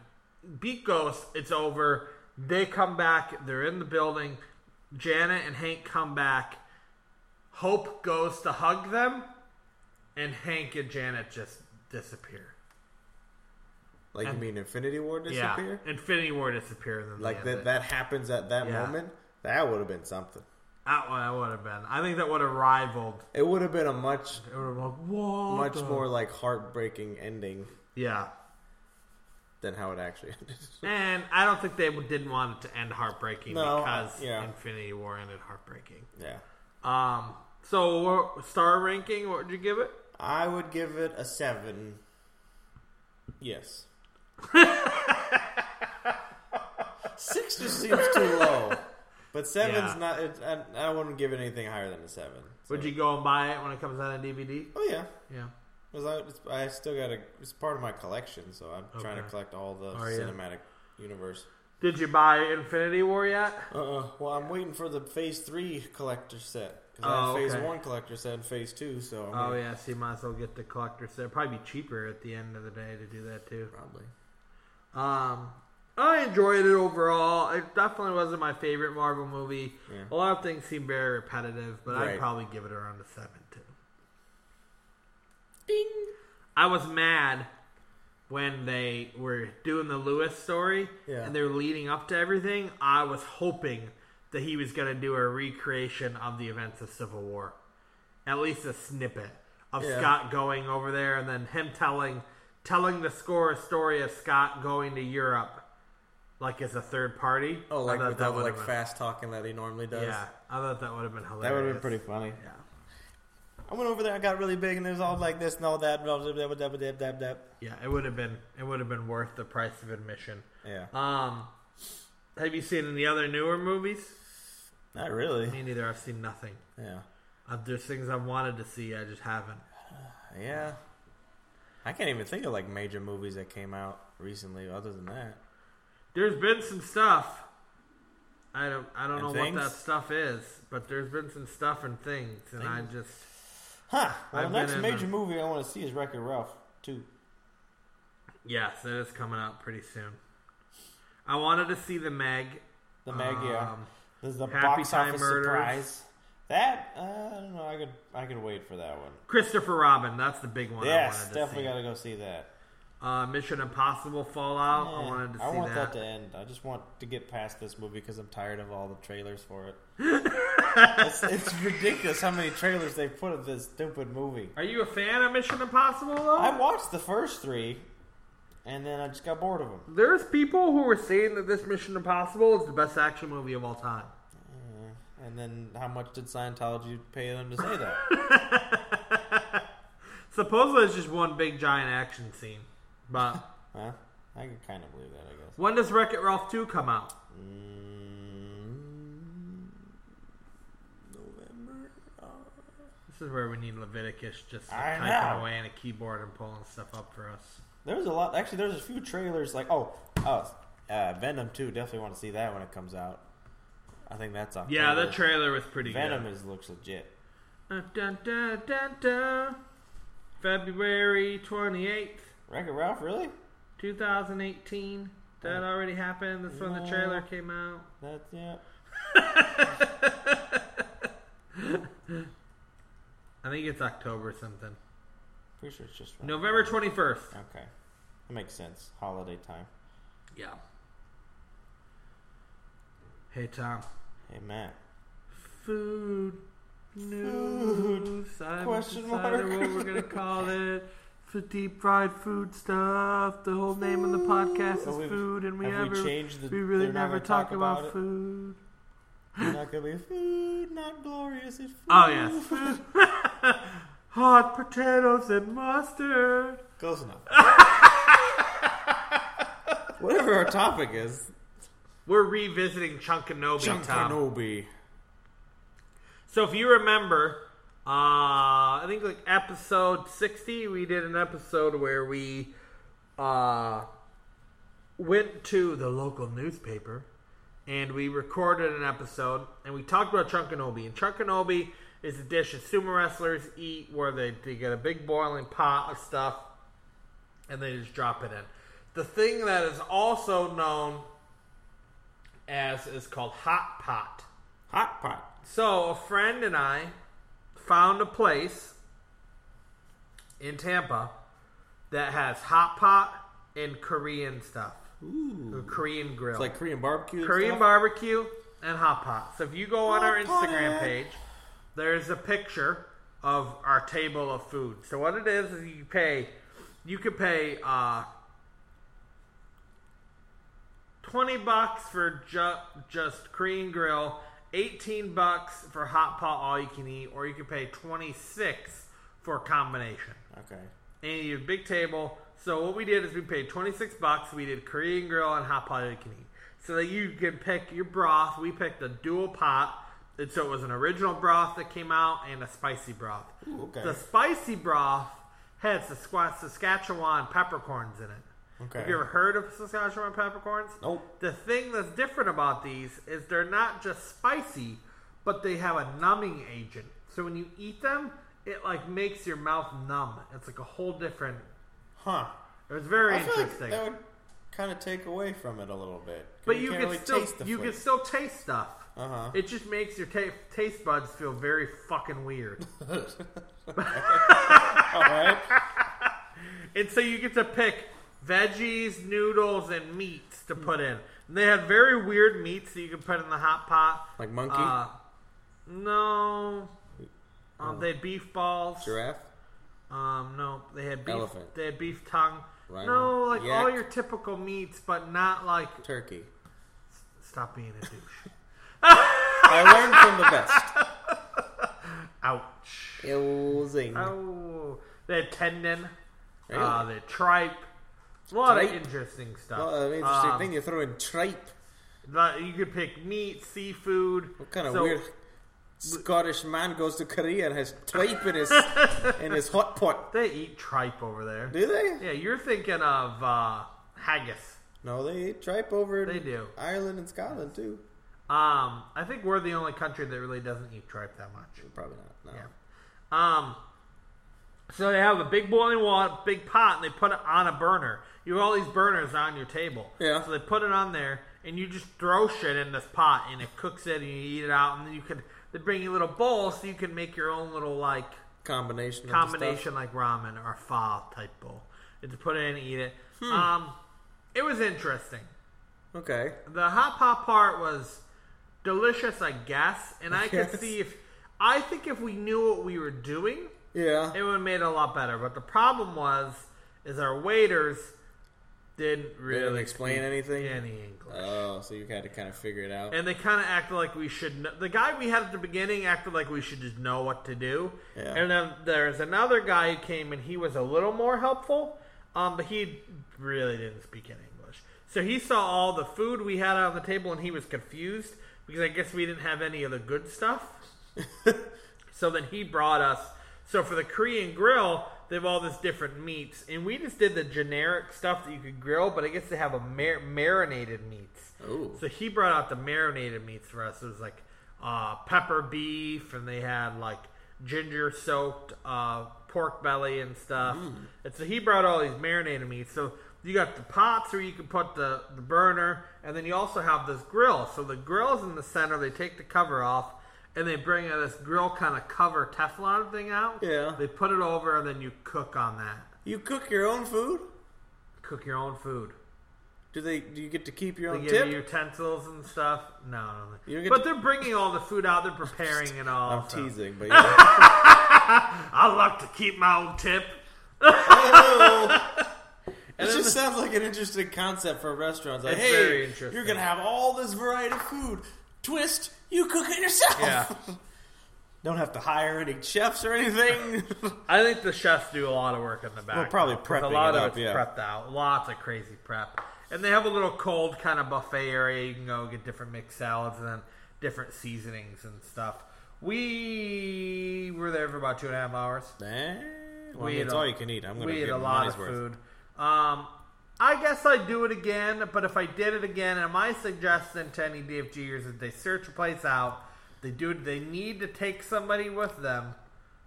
Speaker 3: beat Ghost. It's over. They come back. They're in the building. Janet and Hank come back. Hope goes to hug them, and Hank and Janet just disappear.
Speaker 4: Like you mean Infinity War disappear?
Speaker 3: Yeah, Infinity War disappear. And then
Speaker 4: Like
Speaker 3: they end
Speaker 4: that
Speaker 3: it.
Speaker 4: that happens at that
Speaker 3: Yeah.
Speaker 4: moment? That would have been something.
Speaker 3: That one I would have been. I think that would have rivaled.
Speaker 4: It would have been a much
Speaker 3: It would have been like, whoa.
Speaker 4: much
Speaker 3: the-"
Speaker 4: more like heartbreaking ending
Speaker 3: Yeah.
Speaker 4: than how it actually ended.
Speaker 3: And I don't think they didn't want it to end heartbreaking
Speaker 4: No,
Speaker 3: because
Speaker 4: yeah.
Speaker 3: Infinity War ended heartbreaking.
Speaker 4: yeah.
Speaker 3: Um. So what- star ranking, what would you give it?
Speaker 4: I would give it a seven. Yes. Six just seems too low. But seven's
Speaker 3: Yeah.
Speaker 4: not. It, I, I wouldn't give it anything higher than a seven. So-
Speaker 3: Would you go and buy it when it comes out on DVD?
Speaker 4: Oh yeah.
Speaker 3: Yeah.
Speaker 4: Because I, it's, I still got a. It's part of my collection, so I'm trying to
Speaker 3: Okay.
Speaker 4: collect all the
Speaker 3: Oh, yeah.
Speaker 4: cinematic universe.
Speaker 3: Did you buy Infinity War yet?
Speaker 4: Uh, uh well, I'm waiting for the Phase Three collector set. 'Cause
Speaker 3: Oh,
Speaker 4: I have Phase
Speaker 3: okay.
Speaker 4: One collector set and Phase Two, so I'm
Speaker 3: Oh
Speaker 4: gonna-
Speaker 3: yeah, so you might as well get the collector set. It'd probably be cheaper at the end of the day to do that too.
Speaker 4: probably.
Speaker 3: Um, I enjoyed it overall. It definitely wasn't my favorite Marvel movie. A lot of things seem very repetitive, but I'd
Speaker 4: Right.
Speaker 3: probably give it around a seven too. I was mad when they were doing the Lewis story
Speaker 4: Yeah.
Speaker 3: and they were leading up to everything. I was hoping that he was going to do a recreation of the events of Civil War, at least a snippet of
Speaker 4: Yeah.
Speaker 3: Scott going over there and then him telling telling the score story of Scott going to Europe like as a third party.
Speaker 4: Oh, like
Speaker 3: I thought
Speaker 4: without
Speaker 3: would've
Speaker 4: like
Speaker 3: been-
Speaker 4: fast talking that he normally does.
Speaker 3: Yeah, I thought that would have been hilarious.
Speaker 4: That would have been pretty funny.
Speaker 3: Yeah.
Speaker 4: I went over there, I got really big, and it was all like this and all that. Blah, blah, blah, blah, blah, blah, blah, blah.
Speaker 3: Yeah, it would have been it would have been worth the price of admission.
Speaker 4: Yeah.
Speaker 3: Um, have you seen any other newer movies?
Speaker 4: Not really.
Speaker 3: Me neither. I've seen nothing.
Speaker 4: Yeah.
Speaker 3: Uh, there's things I've wanted to see, I just haven't.
Speaker 4: Yeah. I can't even think of like major movies that came out recently other than that.
Speaker 3: There's been some stuff. I don't I don't
Speaker 4: And
Speaker 3: know
Speaker 4: things?
Speaker 3: what that stuff is, but there's been some stuff and things, and I just
Speaker 4: Huh. Well,
Speaker 3: I've
Speaker 4: the next
Speaker 3: been in
Speaker 4: major
Speaker 3: a-
Speaker 4: movie I want to see is Wreck-It Ralph 2.
Speaker 3: yes, it is coming out pretty soon. I wanted to see the Meg.
Speaker 4: The Meg, yeah.
Speaker 3: Um,
Speaker 4: This is the
Speaker 3: Happy
Speaker 4: box
Speaker 3: Time
Speaker 4: office
Speaker 3: Murders.
Speaker 4: surprise. That uh, I don't know. I could I could wait for that one.
Speaker 3: Christopher Robin, that's the big one. I
Speaker 4: yes,
Speaker 3: wanted to
Speaker 4: definitely
Speaker 3: see.
Speaker 4: got to go see that.
Speaker 3: Uh, Mission Impossible Fallout. I
Speaker 4: Yeah,
Speaker 3: wanted to see
Speaker 4: I want
Speaker 3: that.
Speaker 4: that. to end. I just want to get past this movie because I'm tired of all the trailers for it. it's, it's ridiculous how many trailers they put of this stupid movie.
Speaker 3: Are you a fan of Mission Impossible though?
Speaker 4: I watched the first three, and then I just got bored of them.
Speaker 3: There's people who are saying that this Mission Impossible is the best action movie of all time.
Speaker 4: And then how much did Scientology pay them to say that?
Speaker 3: Supposedly it's just one big giant action scene. But
Speaker 4: huh? I can kind of believe that, I guess.
Speaker 3: when does Wreck It Ralph 2 come out?
Speaker 4: Mm, November.
Speaker 3: This is where we need Leviticus just
Speaker 4: I
Speaker 3: typing
Speaker 4: know.
Speaker 3: away on a keyboard and pulling stuff up for us.
Speaker 4: There's a lot. Actually, there's a few trailers. Like, oh, oh, uh, Venom 2. Definitely want to see that when it comes out. I think that's October.
Speaker 3: Yeah, that trailer was pretty
Speaker 4: Venom
Speaker 3: good.
Speaker 4: is looks legit.
Speaker 3: Dun, Uh, dun, dun, dun, dun. February 28th,
Speaker 4: Wreck-It Ralph, really?
Speaker 3: 2018.
Speaker 4: Oh.
Speaker 3: That already happened. That's when the trailer came out.
Speaker 4: That yeah.
Speaker 3: I think it's October something.
Speaker 4: Pretty sure it's just Wreck-It
Speaker 3: November 21st.
Speaker 4: Ralph. Okay, that makes sense. Holiday time.
Speaker 3: Yeah. Hey Tom.
Speaker 4: Hey Matt.
Speaker 3: Food news. I haven't
Speaker 4: Question
Speaker 3: decided
Speaker 4: mark.
Speaker 3: what we're gonna call it. It's the deep fried food stuff. The whole name of the podcast
Speaker 4: Well,
Speaker 3: is
Speaker 4: we've-
Speaker 3: food, and we
Speaker 4: have we
Speaker 3: ever
Speaker 4: changed the-
Speaker 3: we really
Speaker 4: they're not
Speaker 3: never
Speaker 4: gonna
Speaker 3: talk,
Speaker 4: talk
Speaker 3: about,
Speaker 4: about it?
Speaker 3: food.
Speaker 4: It's not gonna be food, not glorious. It's food.
Speaker 3: Oh yes, food. Hot potatoes and mustard.
Speaker 4: Close enough. Whatever our topic is,
Speaker 3: We're revisiting Chunkanobi, Tom.
Speaker 4: Kenobi.
Speaker 3: So if you remember, uh, I think like episode sixty, we did an episode where we uh, went to the local newspaper and we recorded an episode and we talked about Chunkanobi. And Chunkanobi is a dish that sumo wrestlers eat where they, they get a big boiling pot of stuff and they just drop it in. The thing that is also known as is called hot pot.
Speaker 4: Hot pot.
Speaker 3: So a friend and I found a place in Tampa that has hot pot and Korean stuff. Ooh. Korean grill.
Speaker 4: It's like Korean barbecue. and
Speaker 3: Korean
Speaker 4: stuff.
Speaker 3: barbecue and hot pot. So if you go on our
Speaker 4: Hot pot.
Speaker 3: Instagram page, there's a picture of our table of food. So what it is is you pay, you could pay uh, twenty bucks for ju- just Korean grill, eighteen bucks for hot pot all you can eat, or you could pay twenty six for a combination
Speaker 4: Okay.
Speaker 3: and you have a big table. So what we did is we paid twenty six bucks. We did Korean grill and hot pot that you can eat, so that you can pick your broth. We picked a dual pot, and so it was an original broth that came out and a spicy broth.
Speaker 4: okay.
Speaker 3: The spicy broth had Sasqua- Saskatchewan peppercorns in it.
Speaker 4: Okay.
Speaker 3: Have you ever heard of Saskatchewan peppercorns?
Speaker 4: Nope.
Speaker 3: The thing that's different about these is they're not just spicy, but they have a numbing agent. So when you eat them, it like makes your mouth numb. It's like a whole different.
Speaker 4: Huh.
Speaker 3: It was very
Speaker 4: I feel like
Speaker 3: interesting.
Speaker 4: that would kind of take away from it a little bit.
Speaker 3: but you
Speaker 4: can't
Speaker 3: can
Speaker 4: really
Speaker 3: still
Speaker 4: taste the
Speaker 3: you
Speaker 4: flavor.
Speaker 3: can still taste stuff.
Speaker 4: Uh-huh.
Speaker 3: It just makes your ta- taste buds feel very fucking weird.
Speaker 4: All right.
Speaker 3: And so you get to pick veggies, noodles, and meats to put in. And they had very weird meats that you could put in the hot pot.
Speaker 4: Like monkey,
Speaker 3: Uh, no. Um, they had beef balls.
Speaker 4: Oh. giraffe.
Speaker 3: Um, no, they had beef.
Speaker 4: Elephant.
Speaker 3: They had beef tongue.
Speaker 4: Right.
Speaker 3: No, like
Speaker 4: Yak.
Speaker 3: all your typical meats, but not like.
Speaker 4: turkey.
Speaker 3: Stop being a douche.
Speaker 4: I learned from the best.
Speaker 3: Ouch.
Speaker 4: Ill zing.
Speaker 3: Oh, the tendon,
Speaker 4: Really?
Speaker 3: uh, the tripe. A lot of
Speaker 4: Tripe?
Speaker 3: interesting stuff.
Speaker 4: Well, an interesting
Speaker 3: Um,
Speaker 4: thing. You throw in tripe.
Speaker 3: Like, you could pick meat, seafood.
Speaker 4: What kind of
Speaker 3: So,
Speaker 4: weird Scottish man goes to Korea and has tripe in his in his hot pot?
Speaker 3: They eat tripe over there.
Speaker 4: Do they?
Speaker 3: Yeah, you're thinking of uh, haggis.
Speaker 4: No, they eat tripe over. in
Speaker 3: They do.
Speaker 4: Ireland and Scotland too.
Speaker 3: Um, I think we're the only country that really doesn't eat tripe that much.
Speaker 4: Probably not. No.
Speaker 3: Yeah. Um, so they have a big boiling water, big pot, and they put it on a burner. You have all these burners on your table.
Speaker 4: Yeah.
Speaker 3: So they put it on there, and you just throw shit in this pot, and it cooks it, and you eat it out, and then you can. They bring you little bowls so you can make your own little like
Speaker 4: Combination. of the stuff.
Speaker 3: combination like ramen or pho type bowl. You just put it in, and eat it.
Speaker 4: Hmm.
Speaker 3: Um, it was interesting.
Speaker 4: Okay.
Speaker 3: The hot pot part was delicious, I guess, and I
Speaker 4: Yes.
Speaker 3: could see if I think if we knew what we were doing,
Speaker 4: Yeah.
Speaker 3: it would have made it a lot better. But the problem was, is our waiters didn't really
Speaker 4: explain
Speaker 3: speak
Speaker 4: anything?
Speaker 3: any English,
Speaker 4: Oh, so you had to kind of figure it out.
Speaker 3: and they kind of acted like we should. Know, the guy we had at the beginning acted like we should just know what to do,
Speaker 4: Yeah.
Speaker 3: and then there's another guy who came and he was a little more helpful, um, but he really didn't speak any English. So he saw all the food we had on the table and he was confused because I guess we didn't have any of the good stuff. So then he brought us. So for the Korean grill, they have all this different meats, and we just did the generic stuff that you could grill, but I guess they have a mar- marinated meats.
Speaker 4: Ooh.
Speaker 3: So he brought out the marinated meats for us. It was like uh, pepper beef, and they had like ginger soaked uh, pork belly and stuff. And so he brought all these marinated meats. So you got the pots where you can put the, the burner, and then you also have this grill. So the grill's in the center. They take the cover off, and they bring this grill kind of cover Teflon thing out.
Speaker 4: Yeah.
Speaker 3: They put it over, and then you cook on that.
Speaker 4: you cook your own food?
Speaker 3: Cook your own food.
Speaker 4: Do they? Do you get to keep your
Speaker 3: They
Speaker 4: own
Speaker 3: give
Speaker 4: tip?
Speaker 3: you utensils and stuff. No, no, no.
Speaker 4: You get
Speaker 3: but
Speaker 4: to-
Speaker 3: they're bringing all the food out. They're preparing it all.
Speaker 4: I'm
Speaker 3: so.
Speaker 4: teasing, but yeah.
Speaker 3: I like to keep my own tip.
Speaker 4: it just sounds like an interesting concept for restaurants. Like,
Speaker 3: It's
Speaker 4: hey,
Speaker 3: very interesting.
Speaker 4: you're gonna have all this variety of food. Twist, you cook it yourself.
Speaker 3: Yeah.
Speaker 4: Don't have to hire any chefs or anything.
Speaker 3: I think the chefs do a lot of work in the back.
Speaker 4: Well, probably
Speaker 3: though, 'cause
Speaker 4: prepping
Speaker 3: A lot
Speaker 4: it
Speaker 3: of
Speaker 4: up,
Speaker 3: it's
Speaker 4: yeah.
Speaker 3: prepped out. Lots of crazy prep, and they have a little cold kind of buffet area. You can go get different mixed salads and then different seasonings and stuff. We were there for about two and a half hours.
Speaker 4: Eh,
Speaker 3: We
Speaker 4: well, I mean,
Speaker 3: ate
Speaker 4: it's
Speaker 3: a-
Speaker 4: all you can eat. I'm gonna
Speaker 3: we
Speaker 4: get
Speaker 3: ate a
Speaker 4: my
Speaker 3: lot
Speaker 4: money's
Speaker 3: of
Speaker 4: worth.
Speaker 3: food. Um, I guess I'd do it again, but if I did it again, and my suggestion to any DFGers is they search a place out. They do. They need to take somebody with them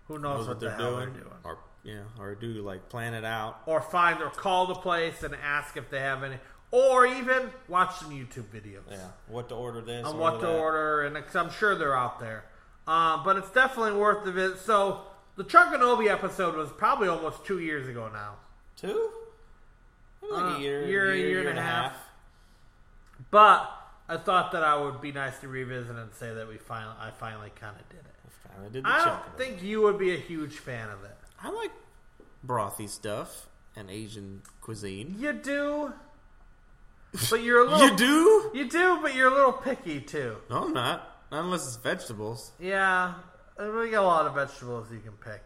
Speaker 3: who knows what,
Speaker 4: Knows what they're
Speaker 3: the hell
Speaker 4: doing,
Speaker 3: they're doing,
Speaker 4: or yeah, or do like plan it out.
Speaker 3: or find or call the place and ask if they have any, or even watch some YouTube videos
Speaker 4: Yeah, what to order this,
Speaker 3: on what to
Speaker 4: that.
Speaker 3: order, and i I'm sure they're out there. Uh, but it's definitely worth the visit. So the Chuck and Obi episode was probably almost two years ago now.
Speaker 4: Two, Maybe like
Speaker 3: Uh,
Speaker 4: a year,
Speaker 3: year, year and a half. But I thought that I would be nice to revisit and say that we finally, I finally kind of did it.
Speaker 4: Finally did the
Speaker 3: I
Speaker 4: check.
Speaker 3: don't think you would be a huge fan of it.
Speaker 4: I like brothy stuff and Asian cuisine.
Speaker 3: You do, but you're a little.
Speaker 4: You do?
Speaker 3: You do, but you're a little picky too.
Speaker 4: No, I'm not. Not unless it's vegetables.
Speaker 3: Yeah, Uh, we got a lot of vegetables you can pick.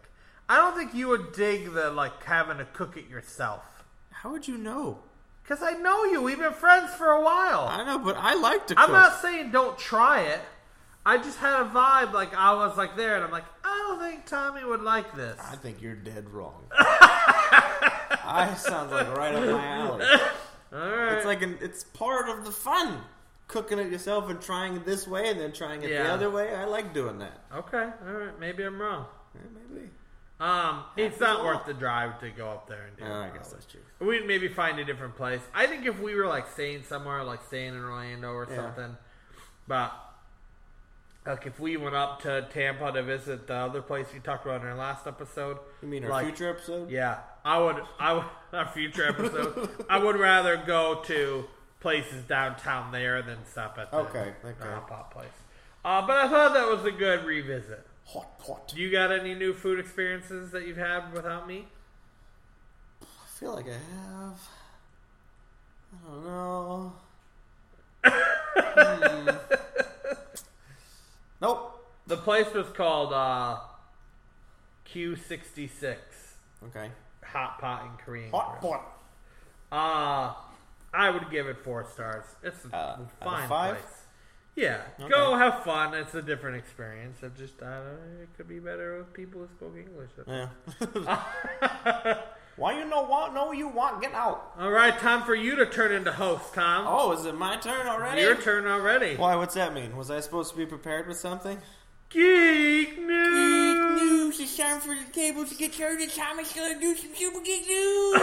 Speaker 3: I don't think you would dig the like having to cook it yourself.
Speaker 4: How would you know?
Speaker 3: Cause I know you. We've been friends for a while.
Speaker 4: I know, but I like to cook.
Speaker 3: I'm not saying don't try it. I just had a vibe like I was like there, and I'm like, I don't think Tommy would like this.
Speaker 4: I think you're dead wrong. I sounds like right up my alley. It's like an, it's part of the fun. Cooking it yourself and trying it this way and then trying it the
Speaker 3: Yeah.
Speaker 4: other way. I like doing that.
Speaker 3: Okay, all right, maybe I'm wrong.
Speaker 4: Yeah, maybe.
Speaker 3: Um, it's not worth the drive to go up there and do. it,
Speaker 4: Yeah, I guess
Speaker 3: probably.
Speaker 4: that's true.
Speaker 3: We'd maybe find a different place. I think if we were like staying somewhere, like staying in Orlando or
Speaker 4: Yeah.
Speaker 3: something, but like if we went up to Tampa to visit the other place we talked about in our last episode,
Speaker 4: You mean our
Speaker 3: like-
Speaker 4: future episode?
Speaker 3: Yeah, I would. I would our future episode. I would rather go to places downtown there than stop at the
Speaker 4: Okay, okay.
Speaker 3: the hot pot place. Uh, but I thought that was a good revisit.
Speaker 4: Hot pot.
Speaker 3: You got any new food experiences that you've had without me?
Speaker 4: feel like I have. I don't know. Hmm. Nope.
Speaker 3: The place was called uh, Q66
Speaker 4: Okay.
Speaker 3: Hot Pot and Korean
Speaker 4: Hot
Speaker 3: Grill.
Speaker 4: pot.
Speaker 3: Uh, I would give it four stars. It's a
Speaker 4: Uh, out of
Speaker 3: fine
Speaker 4: five?
Speaker 3: place. Yeah, go have fun. It's a different experience. I just, I don't know, it could be better with people who spoke English.
Speaker 4: Yeah. Why you know what? No, you want get out.
Speaker 3: All right, time for you to turn into host, Tom.
Speaker 4: Oh, is it my turn already?
Speaker 3: Your turn already.
Speaker 4: Why? What's that mean? Was I supposed to be prepared with something?
Speaker 3: Geek news.
Speaker 4: news. It's time for the table to get turned, and Thomas gonna do some super geek news.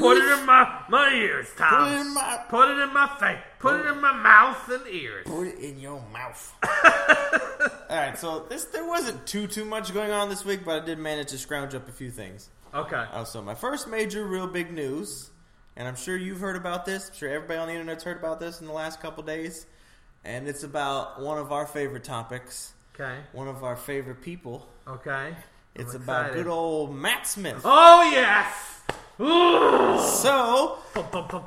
Speaker 3: Put it in my my ears, Tom.
Speaker 4: Put it in my-
Speaker 3: Put it in my face. Put it in my mouth and ears.
Speaker 4: Put it in your mouth. All right, so this there wasn't too too much going on this week, but I did manage to scrounge up a few things.
Speaker 3: Okay.
Speaker 4: Uh, so my first major, real big news, and I'm sure you've heard about this. I'm sure everybody on the internet's heard about this in the last couple days, and it's about one of our favorite topics,
Speaker 3: Okay.
Speaker 4: one of our favorite people.
Speaker 3: Okay.
Speaker 4: It's
Speaker 3: I'm
Speaker 4: about
Speaker 3: excited.
Speaker 4: good old Matt Smith.
Speaker 3: Oh yes. Ooh.
Speaker 4: So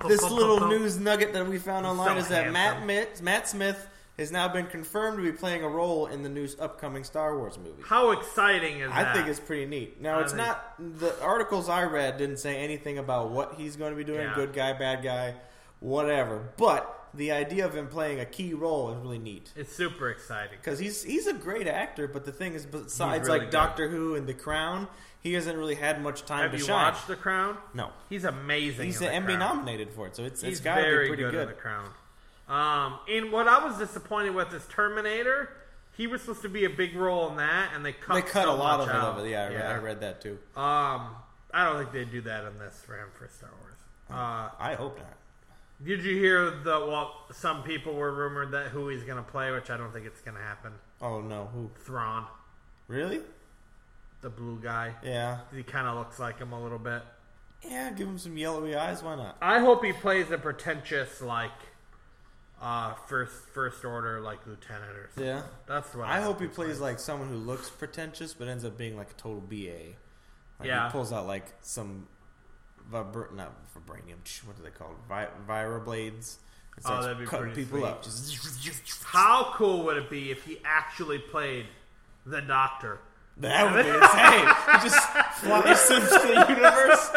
Speaker 4: this little news nugget that we found online
Speaker 3: so
Speaker 4: is that Matt,
Speaker 3: handsome.
Speaker 4: Mit- Matt Smith has now been confirmed to be playing a role in the new upcoming Star Wars movie.
Speaker 3: How exciting is that?
Speaker 4: I think it's pretty neat. Now,
Speaker 3: I
Speaker 4: it's
Speaker 3: think-
Speaker 4: not the articles I read didn't say anything about what he's going to be doing,
Speaker 3: Yeah.
Speaker 4: good guy, bad guy, whatever. But the idea of him playing a key role is really neat.
Speaker 3: It's super exciting.
Speaker 4: Because he's he's a great actor, but the thing is, besides
Speaker 3: really
Speaker 4: like
Speaker 3: good.
Speaker 4: Doctor Who and The Crown, he hasn't really had much time
Speaker 3: Have
Speaker 4: to
Speaker 3: you
Speaker 4: shine.
Speaker 3: watched The Crown?
Speaker 4: No,
Speaker 3: He's amazing.
Speaker 4: he's
Speaker 3: in
Speaker 4: an
Speaker 3: The
Speaker 4: Emmy
Speaker 3: Crown.
Speaker 4: nominated for it, so it's
Speaker 3: He's
Speaker 4: it's got to be
Speaker 3: very
Speaker 4: pretty
Speaker 3: good,
Speaker 4: good.
Speaker 3: in The Crown. Um, and what I was disappointed with is Terminator. He was supposed to be a big role in that, and they cut
Speaker 4: They cut
Speaker 3: so
Speaker 4: a lot
Speaker 3: much
Speaker 4: of it
Speaker 3: out.
Speaker 4: of it. Yeah, I, read, I read that too.
Speaker 3: Um, I don't think they'd do that in this for him for Star Wars. Uh,
Speaker 4: I hope not.
Speaker 3: did you hear the well? Some people were rumored that who he's going to play, which I don't think it's going to happen.
Speaker 4: Oh no, who
Speaker 3: Thrawn,
Speaker 4: really?
Speaker 3: the blue guy.
Speaker 4: Yeah,
Speaker 3: He kind of looks like him a little bit.
Speaker 4: yeah. Give him some yellowy eyes. Why not?
Speaker 3: I hope he plays a pretentious like uh first first order like lieutenant or something.
Speaker 4: Yeah.
Speaker 3: That's what
Speaker 4: I hope he plays like someone who looks pretentious but ends up being like a total BA. Like
Speaker 3: Yeah.
Speaker 4: He pulls out like some vibr- not vibranium. tch, What are they called? Vi- Virablades. and starts
Speaker 3: Oh, that'd be
Speaker 4: cutting
Speaker 3: pretty
Speaker 4: people
Speaker 3: sweet.
Speaker 4: up. Just-
Speaker 3: How cool would it be if he actually played the doctor?
Speaker 4: that would be insane. He just flies into the universe.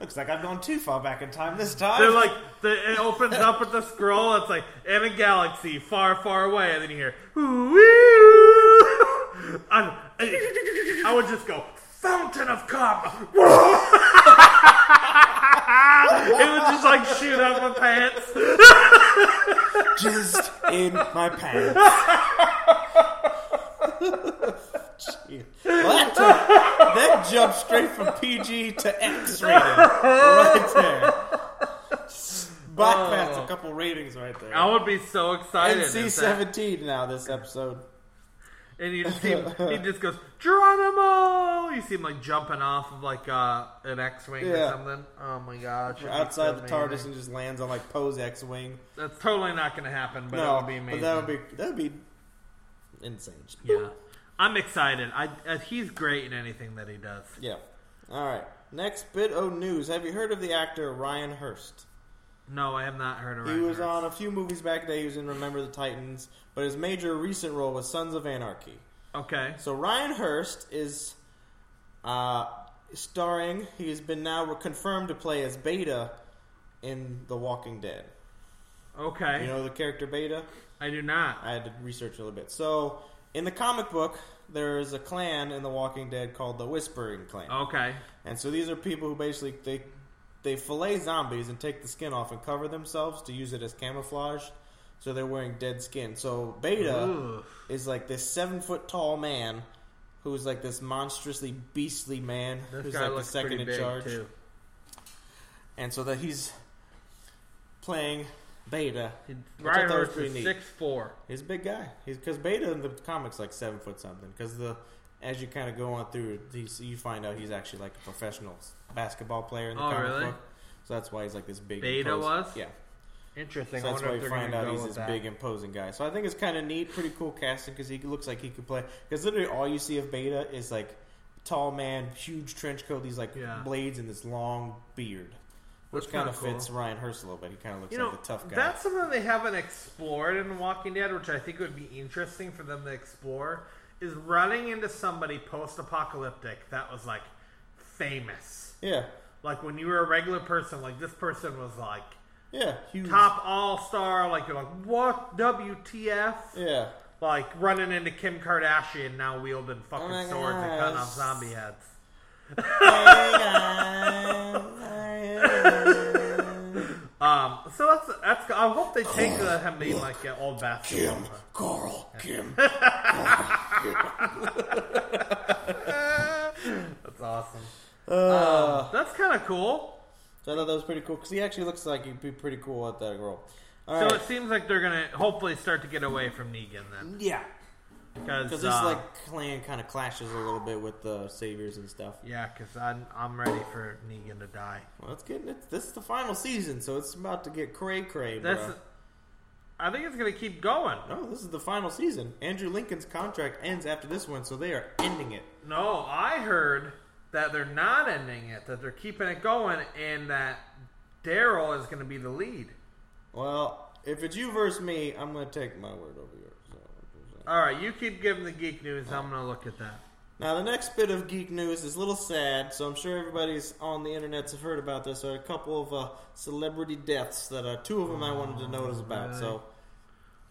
Speaker 4: Looks like I've gone too far back in time this time.
Speaker 3: They're like the, it opens up with the scroll. It's like in a galaxy far, far away, and then you hear. "Ooh-wee-oo." I, I- I would just go fountain of cum. it would just like shoot out my pants.
Speaker 4: just in my pants. Gee. well, that, took, that jumped straight from PG to X rated right there. Black past a couple ratings right there.
Speaker 3: Oh. I would be so excited. if
Speaker 4: NC
Speaker 3: that-
Speaker 4: seventeen now this episode.
Speaker 3: And you just see him, he just goes, Geronimo! You see him like jumping off of like uh, an X Wing or
Speaker 4: Yeah.
Speaker 3: something. Oh my gosh. it'd be
Speaker 4: Outside
Speaker 3: so
Speaker 4: the TARDIS
Speaker 3: amazing.
Speaker 4: and just lands on like Poe's X wing.
Speaker 3: That's totally not going to happen, but it
Speaker 4: No,
Speaker 3: would be
Speaker 4: but
Speaker 3: amazing.
Speaker 4: that would be that would be insane.
Speaker 3: Yeah. I'm excited. I, uh, he's great in anything that he does.
Speaker 4: Yeah. All right. Next bit of news. Have you heard of the actor Ryan Hurst?
Speaker 3: No, I have not heard of
Speaker 4: He
Speaker 3: Ryan
Speaker 4: was
Speaker 3: Hurst.
Speaker 4: on a few movies back then. He was in Remember the Titans, but his major recent role was Sons of Anarchy.
Speaker 3: Okay.
Speaker 4: So Ryan Hurst is uh, starring. He has been now confirmed to play as Beta in The Walking Dead.
Speaker 3: Okay.
Speaker 4: You know the character Beta.
Speaker 3: I do not.
Speaker 4: I had to research a little bit. So in the comic book, there is a clan in The Walking Dead called the Whispering Clan.
Speaker 3: Okay.
Speaker 4: And so these are people who basically they they fillet zombies and take the skin off and cover themselves to use it as camouflage. So they're wearing dead skin. So Beta
Speaker 3: Ooh.
Speaker 4: is like this seven foot tall man who's like this monstrously beastly man
Speaker 3: This
Speaker 4: who's
Speaker 3: guy
Speaker 4: like the
Speaker 3: looks
Speaker 4: second
Speaker 3: pretty
Speaker 4: in
Speaker 3: big
Speaker 4: charge.
Speaker 3: too.
Speaker 4: And so that he's playing Beta. which I
Speaker 3: Ryan
Speaker 4: thought was
Speaker 3: Hurst
Speaker 4: pretty
Speaker 3: is
Speaker 4: neat.
Speaker 3: six four.
Speaker 4: He's a big guy. He's because Beta in the comics like seven foot something. Because the as you kind of go on through, he's, you find out he's actually like a professional s- basketball player in the
Speaker 3: Oh,
Speaker 4: comic
Speaker 3: really?
Speaker 4: book. So that's why he's like this big.
Speaker 3: Beta
Speaker 4: imposing-
Speaker 3: was?
Speaker 4: yeah.
Speaker 3: Interesting.
Speaker 4: So
Speaker 3: I
Speaker 4: that's
Speaker 3: wonder
Speaker 4: why
Speaker 3: if
Speaker 4: you
Speaker 3: they're
Speaker 4: find
Speaker 3: gonna
Speaker 4: out
Speaker 3: go
Speaker 4: he's
Speaker 3: with
Speaker 4: this
Speaker 3: that.
Speaker 4: big imposing guy. So I think it's kind of neat, pretty cool casting because he looks like he could play. Because literally all you see of Beta is like tall man, huge trench coat, these like
Speaker 3: Yeah.
Speaker 4: blades, and this long beard, which
Speaker 3: That's
Speaker 4: kind
Speaker 3: kinda
Speaker 4: of fits
Speaker 3: cool.
Speaker 4: Ryan Hurst a little bit. He kind of looks
Speaker 3: You know,
Speaker 4: like the tough guy.
Speaker 3: that's something they haven't explored in Walking Dead, which I think would be interesting for them to explore. Is running into somebody post-apocalyptic that was like famous,
Speaker 4: yeah,
Speaker 3: like when you were a regular person, like this person was like
Speaker 4: yeah, huge.
Speaker 3: top all-star, like you're like what WTF?
Speaker 4: Yeah,
Speaker 3: Like running into Kim Kardashian now wielding fucking
Speaker 4: Oh my
Speaker 3: swords and cutting
Speaker 4: gosh.
Speaker 3: off zombie heads. Um, so that's that's. I hope they take
Speaker 4: Oh
Speaker 3: the him being like an old bastard.
Speaker 4: Carl, Kim.
Speaker 3: That's awesome.
Speaker 4: Uh,
Speaker 3: um, that's kind of cool.
Speaker 4: So I thought that was pretty cool because he actually looks like he'd be pretty cool at that role. All
Speaker 3: So
Speaker 4: right,
Speaker 3: it seems like they're gonna hopefully start to get away from Negan then, uh,
Speaker 4: yeah,
Speaker 3: because
Speaker 4: because this like clan kind of clashes a little bit with the saviors and stuff.
Speaker 3: yeah, because I'm I'm ready for Negan to die.
Speaker 4: Well, it's getting it's, this is the final season, so it's about to get cray cray.
Speaker 3: That's.
Speaker 4: bro.
Speaker 3: I think it's gonna keep going.
Speaker 4: No, this is the final season. Andrew Lincoln's contract ends after this one, so they are ending it.
Speaker 3: No, I heard that they're not ending it. That they're keeping it going, and that Daryl is gonna be the lead.
Speaker 4: Well, if it's you versus me, I'm going to take my word over yours. So-
Speaker 3: All right, you keep giving the geek news. I'm gonna look at that.
Speaker 4: Now, the next bit of geek news is a little sad, so I'm sure everybody's on the internet's have heard about this. There are a couple of uh, celebrity deaths that uh, two of them I wanted to notice about. So,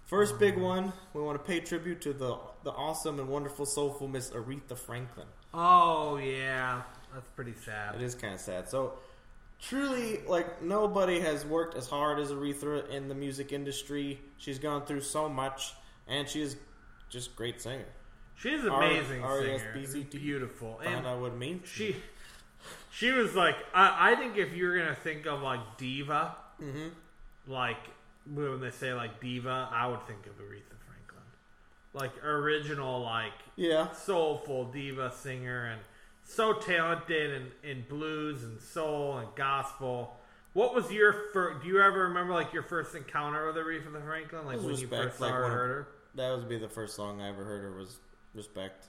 Speaker 4: first big one, we want to pay tribute to the the awesome and wonderful, soulful Miss Aretha Franklin.
Speaker 3: Oh yeah, that's pretty
Speaker 4: It
Speaker 3: sad.
Speaker 4: is kind of sad. So, truly, like nobody has worked as hard as Aretha in the music industry. She's gone through so much, and she is just a great singer.
Speaker 3: She's an amazing
Speaker 4: R-
Speaker 3: singer,
Speaker 4: RESBCT.
Speaker 3: beautiful,
Speaker 4: Found
Speaker 3: and
Speaker 4: out what it means.
Speaker 3: she she was like I, I think if you're gonna think of like diva,
Speaker 4: Mm-hmm.
Speaker 3: like when they say like diva, I would think of Aretha Franklin, like original like
Speaker 4: yeah,
Speaker 3: soulful diva singer and so talented in, in blues and soul and gospel. What was your first? Do you ever remember like your first encounter with Aretha Franklin? Like
Speaker 4: was
Speaker 3: when you
Speaker 4: Respect,
Speaker 3: first saw
Speaker 4: like,
Speaker 3: her,
Speaker 4: one of-
Speaker 3: heard her?
Speaker 4: that would be the first song I ever heard her was "Respect."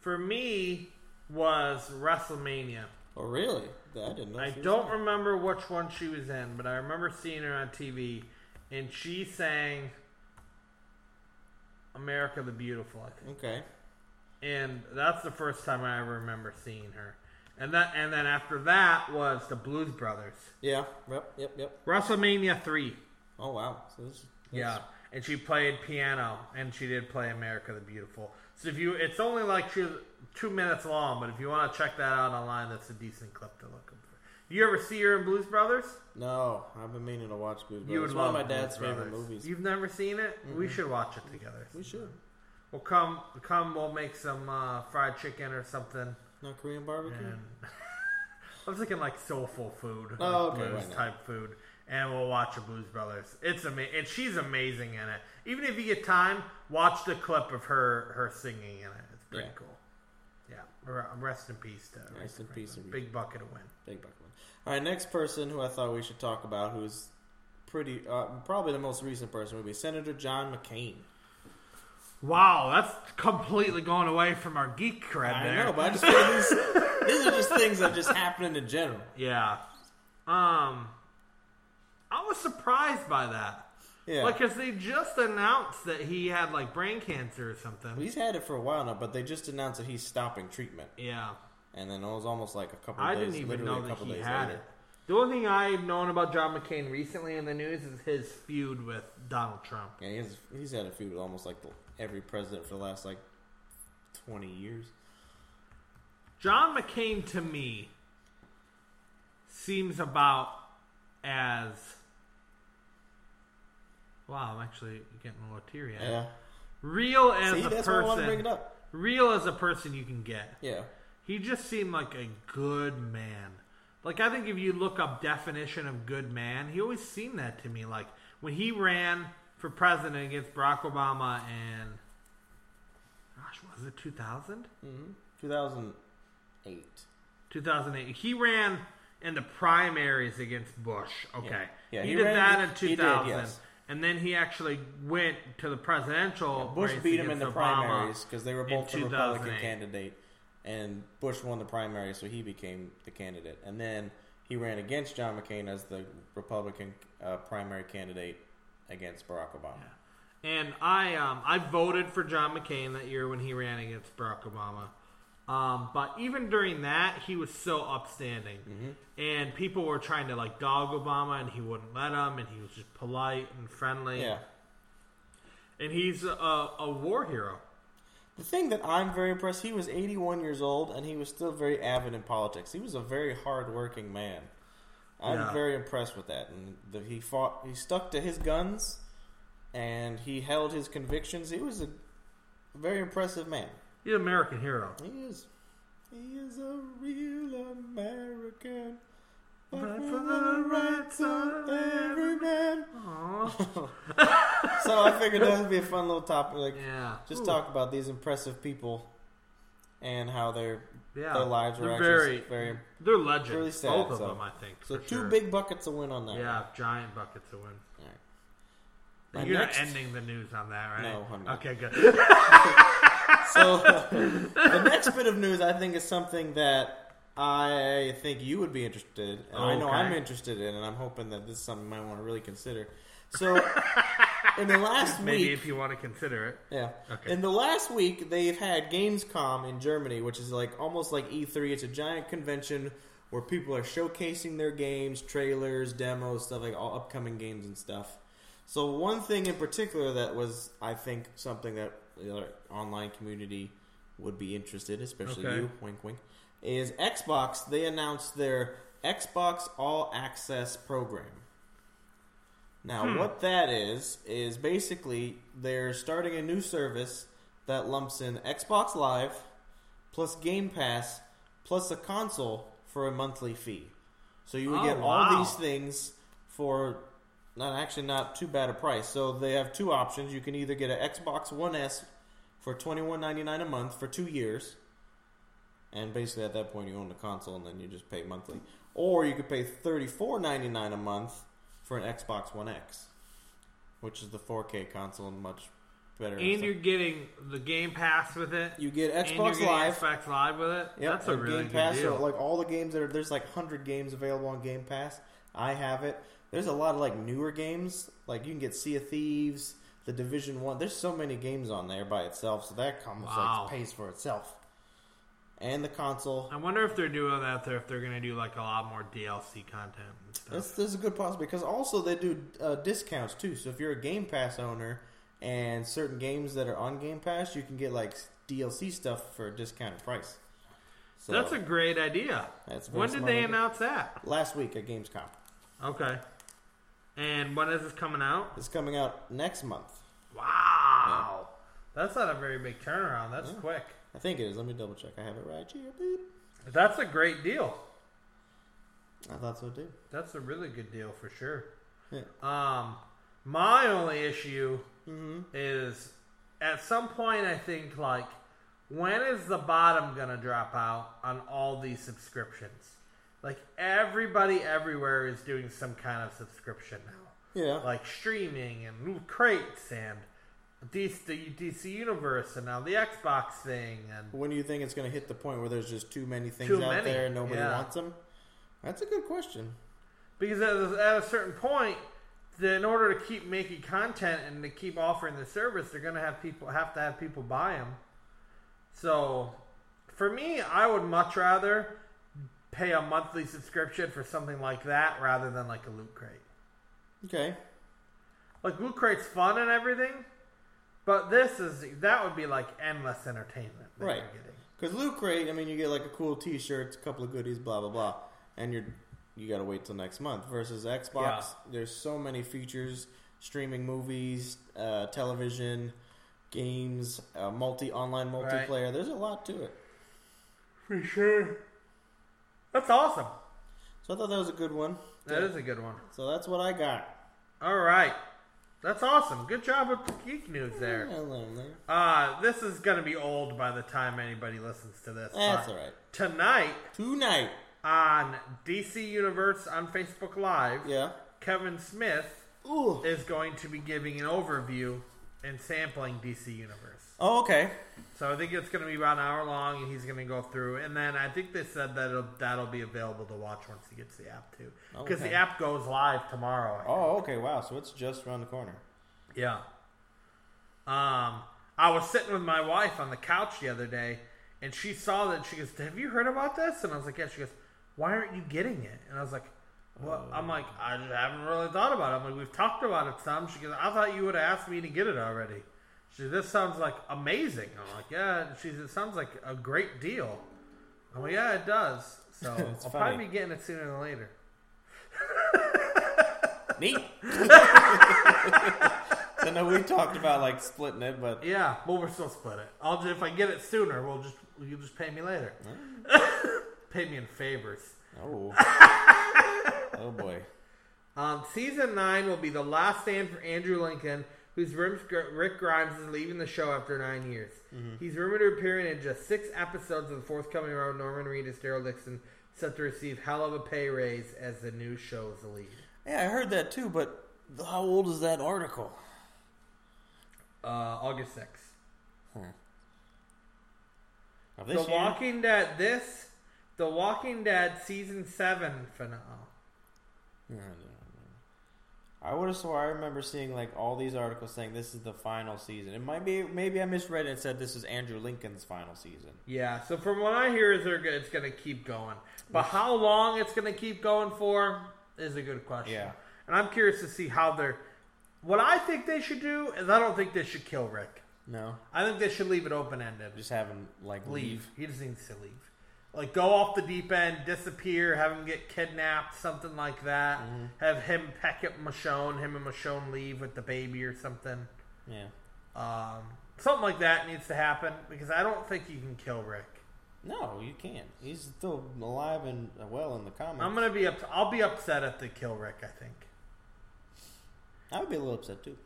Speaker 3: For me, was WrestleMania.
Speaker 4: Oh, really? I didn't know.
Speaker 3: I
Speaker 4: she was
Speaker 3: don't
Speaker 4: there.
Speaker 3: remember which one she was in, but I remember seeing her on TV, and she sang "America the Beautiful." I think,
Speaker 4: Okay.
Speaker 3: and that's the first time I ever remember seeing her. And that, and then after that was the Blues Brothers
Speaker 4: Yeah. Yep. Yep. Yep.
Speaker 3: WrestleMania three.
Speaker 4: Oh wow. So this.
Speaker 3: Yeah, and she played piano, and she did play "America the Beautiful." So if you, it's only like two, two minutes long, but if you want to check that out online, that's a decent clip to look up for. You ever see her in Blues Brothers?
Speaker 4: No, I've been meaning to watch Blues Brothers.
Speaker 3: You would
Speaker 4: it's
Speaker 3: love
Speaker 4: one of my dad's
Speaker 3: Blues
Speaker 4: favorite
Speaker 3: Brothers.
Speaker 4: movies.
Speaker 3: You've never seen it? We should watch it together.
Speaker 4: we should.
Speaker 3: We'll come, come. We'll make some uh, fried chicken or something.
Speaker 4: No Korean barbecue.
Speaker 3: I was thinking like soulful food,
Speaker 4: Oh,
Speaker 3: like
Speaker 4: okay,
Speaker 3: blues
Speaker 4: why not?
Speaker 3: type food, and we'll watch a Blues Brothers. It's amazing, and she's amazing in it. Even if you get time, watch the clip of her her singing in it. It's pretty
Speaker 4: Yeah.
Speaker 3: cool. Yeah, R- rest in peace to Aretha
Speaker 4: Rest in peace,
Speaker 3: Franklin.
Speaker 4: Aretha.
Speaker 3: Big bucket of win.
Speaker 4: Big buck one. All right, next person who I thought we should talk about, who's pretty, uh, probably the most recent person, would be Senator John McCain.
Speaker 3: Wow, that's completely going away from our geek cred
Speaker 4: I
Speaker 3: there.
Speaker 4: know, but I just feel these, these are just things that just happening in general.
Speaker 3: Yeah. Um, I was surprised by that.
Speaker 4: Yeah,
Speaker 3: Like, cause they just announced that he had like brain cancer or something.
Speaker 4: he's had it for a while now, but they just announced that he's stopping treatment,
Speaker 3: Yeah.
Speaker 4: and then it was almost like a couple.
Speaker 3: I
Speaker 4: days,
Speaker 3: didn't even
Speaker 4: literally
Speaker 3: know
Speaker 4: a
Speaker 3: that
Speaker 4: couple
Speaker 3: he
Speaker 4: days
Speaker 3: had
Speaker 4: later.
Speaker 3: it. The only thing I've known about John McCain recently in the news is his feud with Donald Trump.
Speaker 4: Yeah, he's he's had a feud with almost like the, every president for the last like twenty years.
Speaker 3: John McCain to me seems about as Wow, I'm actually getting a little teary eyed.
Speaker 4: Yeah,
Speaker 3: Real as
Speaker 4: see,
Speaker 3: a
Speaker 4: that's why I want to bring it
Speaker 3: person
Speaker 4: up.
Speaker 3: real as a person you can get.
Speaker 4: Yeah,
Speaker 3: He just seemed like a good man. Like I think if you look up definition of good man, he always seemed that to me. Like when he ran for president against Barack Obama and gosh, was it 2000?
Speaker 4: two thousand eight.
Speaker 3: 2008. He ran in the primaries against Bush. Okay.
Speaker 4: Yeah. Yeah,
Speaker 3: he,
Speaker 4: he
Speaker 3: did
Speaker 4: ran-
Speaker 3: that in
Speaker 4: he did,
Speaker 3: 2000.
Speaker 4: yes.
Speaker 3: And then he actually went to the presidential
Speaker 4: Bush
Speaker 3: race
Speaker 4: beat him in
Speaker 3: against
Speaker 4: the
Speaker 3: Obama
Speaker 4: primaries because they were
Speaker 3: in
Speaker 4: both the Republican
Speaker 3: 2008.
Speaker 4: candidate, and Bush won the primary, so he became the candidate. And then he ran against John McCain as the Republican uh, primary candidate against Barack Obama.
Speaker 3: And I um, I voted for John McCain that year when he ran against Barack Obama. Um, but even during that, he was so upstanding,
Speaker 4: Mm-hmm.
Speaker 3: and people were trying to like dog Obama, and he wouldn't let them, and he was just polite and friendly.
Speaker 4: yeah.
Speaker 3: And he's a, a war hero.
Speaker 4: The thing that I'm very impressed, he was 81 years old and he was still very avid in politics. He was a very hard-working man. I'm
Speaker 3: Yeah.
Speaker 4: very impressed with that. And the, he fought, he stuck to his guns and he held his convictions. He was a very impressive man.
Speaker 3: He's an American hero.
Speaker 4: He is. He is a real American.
Speaker 3: Fight for the rights of every-
Speaker 4: Every man. so I figured that would be a fun little topic. Like,
Speaker 3: Yeah.
Speaker 4: just
Speaker 3: Ooh.
Speaker 4: talk about these impressive people and how their
Speaker 3: Yeah.
Speaker 4: their lives were
Speaker 3: They're very-
Speaker 4: actually very.
Speaker 3: They're legends.
Speaker 4: Really sad,
Speaker 3: Both of
Speaker 4: so-
Speaker 3: them, I think.
Speaker 4: So
Speaker 3: for
Speaker 4: two
Speaker 3: sure.
Speaker 4: big buckets of win on that.
Speaker 3: Yeah, giant buckets of win.
Speaker 4: All right. My
Speaker 3: You're
Speaker 4: next-
Speaker 3: not ending the news on that, right?
Speaker 4: No, I'm not.
Speaker 3: Okay, good.
Speaker 4: So the next bit of news, I think, is something that I think you would be interested, and I know
Speaker 3: Okay.
Speaker 4: I'm interested in, and I'm hoping that this is something you might want to really consider. So in the last
Speaker 3: Maybe
Speaker 4: week,
Speaker 3: if you want to consider it.
Speaker 4: yeah,
Speaker 3: Okay.
Speaker 4: in the last week they've had Gamescom in Germany, which is like almost like E3. It's a giant convention where people are showcasing their games, trailers, demos, stuff like all upcoming games and stuff. So one thing in particular that was, I think, something that the other online community would be interested, especially
Speaker 3: Okay.
Speaker 4: you, wink, wink, is Xbox. They announced their Xbox All Access program. Now, what that is is basically they're starting a new service that lumps in Xbox Live plus Game Pass plus a console for a monthly fee. So you would
Speaker 3: Oh,
Speaker 4: get all
Speaker 3: wow.
Speaker 4: these things for not actually not too bad a price. So they have two options. You can either get an Xbox One S for twenty one ninety nine a month for two years, and basically at that point you own the console and then you just pay monthly. Or you could pay thirty four ninety nine a month for an Xbox One X, which is the four K console and much better.
Speaker 3: And you're getting the Game Pass with it.
Speaker 4: You get
Speaker 3: And
Speaker 4: Xbox
Speaker 3: you're getting
Speaker 4: Live.
Speaker 3: Xbox Live with it.
Speaker 4: Yep,
Speaker 3: That's a
Speaker 4: and
Speaker 3: really
Speaker 4: Game
Speaker 3: good
Speaker 4: Pass.
Speaker 3: deal.
Speaker 4: So, like all the games that are there's like hundred games available on Game Pass. I have it. There's a lot of like newer games. Like you can get Sea of Thieves, The Division One. There's so many games on there by itself. So that comes
Speaker 3: Wow.
Speaker 4: like pays for itself. And the console.
Speaker 3: I wonder if they're doing that there. If they're going to do like a lot more DLC content and stuff.
Speaker 4: That's, there's a good possibility because also they do uh, discounts too. So if you're a Game Pass owner and certain games that are on Game Pass, you can get like DLC stuff for a discounted price. So
Speaker 3: That's a great idea.
Speaker 4: That's very
Speaker 3: when did
Speaker 4: smart
Speaker 3: they
Speaker 4: idea.
Speaker 3: announce that?
Speaker 4: last week at Gamescom.
Speaker 3: Okay. And when is this coming out?
Speaker 4: It's coming out next month.
Speaker 3: Wow. That's not a very big turnaround. That's quick.
Speaker 4: I think it is. Let me double check. I have it right here. Boop.
Speaker 3: That's a great deal.
Speaker 4: I thought so too.
Speaker 3: That's a really good deal for sure.
Speaker 4: Yeah.
Speaker 3: Um, my only issue
Speaker 4: Mm-hmm.
Speaker 3: is at some point I think like when is the bottom gonna drop out on all these subscriptions? Like everybody everywhere is doing some kind of subscription now,
Speaker 4: Yeah.
Speaker 3: like streaming and new crates and DC, the DC Universe and now the Xbox thing and
Speaker 4: when do you think it's going to hit the point where there's just too many things
Speaker 3: Too
Speaker 4: out
Speaker 3: many,
Speaker 4: there and nobody
Speaker 3: yeah.
Speaker 4: wants them? That's a good question.
Speaker 3: because at a, at a certain point. the- In order to keep making content and to keep offering the service, they're gonna have people have to have people buy them. So, for me, I would much rather pay a monthly subscription for something like that rather than like a loot crate.
Speaker 4: Okay.
Speaker 3: Like loot crate's fun and everything, but this is that would be like endless entertainment. That
Speaker 4: Right.
Speaker 3: You're getting.
Speaker 4: Because Loot Crate, I mean, you get like a cool T-shirt, a couple of goodies, blah blah blah, and you're you got to wait till next month. Versus Xbox, there's so many features: streaming movies, uh, television, games, uh, multi online
Speaker 3: Right.
Speaker 4: multiplayer. There's a lot to it.
Speaker 3: For sure. That's awesome.
Speaker 4: So I thought that was a good one.
Speaker 3: That is a good one.
Speaker 4: So that's what I got.
Speaker 3: All right. That's awesome. Good job with the geek news there. Uh, this is going to be old by the time anybody listens to this.
Speaker 4: That's
Speaker 3: but
Speaker 4: all right.
Speaker 3: Tonight
Speaker 4: Tonight,
Speaker 3: on DC Universe on Facebook Live,
Speaker 4: yeah.
Speaker 3: Kevin Smith
Speaker 4: Ooh,
Speaker 3: is going to be giving an overview and sampling DC Universe.
Speaker 4: Oh, okay.
Speaker 3: So I think it's going to be about an hour long, and he's going to go through. And then I think they said that it'll, that'll be available to watch once he gets the app too, because
Speaker 4: Oh, Okay.
Speaker 3: the app goes live tomorrow. I think.
Speaker 4: Oh, okay. Wow. So it's just around the corner.
Speaker 3: Yeah. Um, I was sitting with my wife on the couch the other day, and she saw that. She goes, "Have you heard about this?" And I was like, "Yeah." She goes, "Why aren't you getting it?" And I was like, "Well, I'm like, I just haven't really thought about it. I'm like, we've talked about it some." She goes, "I thought you would have asked me to get it already." She said, "This sounds like amazing." I'm like, "Yeah." She said, "It sounds like a great deal." I'm like, "Yeah, it does." So
Speaker 4: It's
Speaker 3: I'll
Speaker 4: funny.
Speaker 3: probably be getting it sooner than later.
Speaker 4: Neat. I know we talked about like splitting it, but
Speaker 3: Yeah, well, we're still split it. I'll ju- if I get it sooner, we'll just you just pay me later. pay me in favors.
Speaker 4: oh, oh boy.
Speaker 3: Um, season nine will be the last stand for Andrew Lincoln, whose Rims- Rick Grimes is leaving the show after nine years.
Speaker 4: Mm-hmm.
Speaker 3: He's rumored to appear in just six episodes of the forthcoming round. Norman Reedus, Daryl Dixon, set to receive hell of a pay raise as the new show's lead.
Speaker 4: Yeah, I heard that too. But how old is that article?
Speaker 3: Uh, August sixth.
Speaker 4: Of
Speaker 3: The
Speaker 4: this year?
Speaker 3: Walking Dead. This, The Walking Dead season seven finale.
Speaker 4: I would have swore I remember seeing like all these articles saying this is the final season. It might be maybe I misread it and said this is Andrew Lincoln's final season.
Speaker 3: Yeah, so from what I hear is they're go- it's going to keep going. But how long it's going to keep going for is a good question.
Speaker 4: Yeah.
Speaker 3: And I'm curious to see how they're What I think they should do is I don't think they should kill Rick.
Speaker 4: No,
Speaker 3: I think they should leave it open-ended.
Speaker 4: just have him like leave.
Speaker 3: leave. He just needs to leave. Like go off the deep end, disappear, have him get kidnapped, something like that.
Speaker 4: Mm-hmm.
Speaker 3: Have him peck at Michonne, him and Michonne leave with the baby or something.
Speaker 4: Yeah,
Speaker 3: Um, something like that needs to happen because I don't think you can kill Rick.
Speaker 4: no, you can't. He's still alive and uh, well in the comments.
Speaker 3: I'm gonna be up. I'll be upset at the kill Rick. I think.
Speaker 4: I would be a little upset too.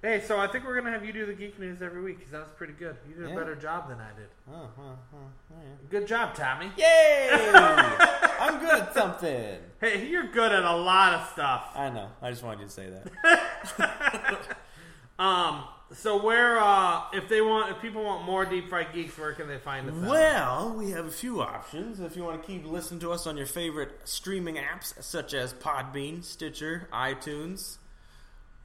Speaker 3: Hey, so I think we're gonna have you do the geek news every week because that was pretty good. You did
Speaker 4: Yeah.
Speaker 3: a better job than I did.
Speaker 4: Oh, oh, oh, oh, yeah.
Speaker 3: Good job, Tommy.
Speaker 4: Yay! I'm good at something.
Speaker 3: Hey, you're good at a lot of stuff.
Speaker 4: I know. I just wanted you to say that.
Speaker 3: Um, so where uh, if they want, if people want more deep fried geeks, where can they find us? at?
Speaker 4: Well, we have a few options. If you want to keep listening to us on your favorite streaming apps, such as Podbean, Stitcher, iTunes.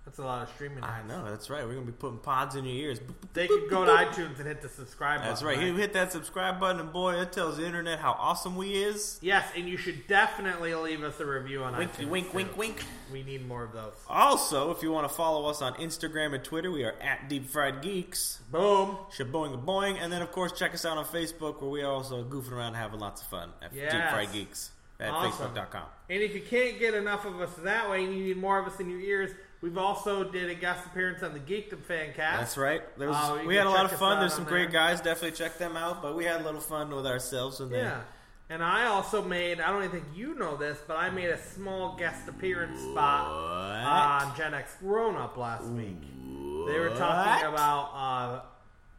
Speaker 3: that's a lot of streaming.
Speaker 4: I know, that's right. We're going to be putting pods in your ears.
Speaker 3: They can go to iTunes and hit the subscribe.
Speaker 4: That's right.
Speaker 3: button,
Speaker 4: You hit that subscribe button, and boy, it tells the internet how awesome we is.
Speaker 3: Yes, and you should definitely leave us a review on
Speaker 4: Wink,
Speaker 3: iTunes.
Speaker 4: wink, wink,
Speaker 3: too.
Speaker 4: wink.
Speaker 3: We need more of those.
Speaker 4: Also, if you want to follow us on Instagram and Twitter, we are at Deep Fried Geeks.
Speaker 3: Boom.
Speaker 4: Shaboing boing, and then of course check us out on Facebook where we are also goofing around and having lots of fun at
Speaker 3: Yes.
Speaker 4: Deep Fried Geeks at
Speaker 3: Awesome.
Speaker 4: Facebook.com.
Speaker 3: And if you can't get enough of us that way, and you need more of us in your ears, we've also did a guest appearance on the Geekdom Fancast.
Speaker 4: That's right. There was,
Speaker 3: Oh, you
Speaker 4: we
Speaker 3: can
Speaker 4: had a lot
Speaker 3: check
Speaker 4: of
Speaker 3: us
Speaker 4: fun.
Speaker 3: out
Speaker 4: There's some
Speaker 3: on
Speaker 4: great
Speaker 3: there.
Speaker 4: guys. Definitely check them out. But we had a little fun with ourselves and then
Speaker 3: Yeah. And I also made, I don't even think you know this, but I made a small guest appearance spot on Gen X Grown Up last week. They were talking
Speaker 4: What?
Speaker 3: about uh,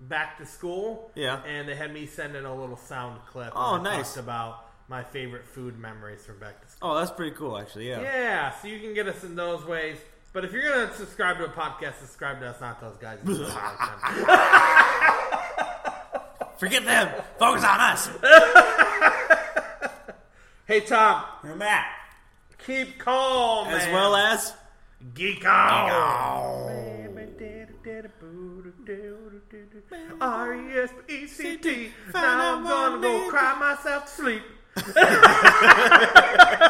Speaker 3: back to school.
Speaker 4: Yeah.
Speaker 3: And they had me send in a little sound clip.
Speaker 4: Oh,
Speaker 3: and I
Speaker 4: nice.
Speaker 3: talked about my favorite food memories from back to school.
Speaker 4: Oh, that's pretty cool actually. Yeah.
Speaker 3: Yeah, so you can get us in those ways. But if you're gonna subscribe to a podcast, subscribe to us, not those guys.
Speaker 4: Forget them. Focus on us.
Speaker 3: hey Tom,
Speaker 4: We're Matt.
Speaker 3: keep calm.
Speaker 4: As
Speaker 3: man.
Speaker 4: well as
Speaker 3: geek out. R E S E C T. Now I'm gonna go cry myself to sleep.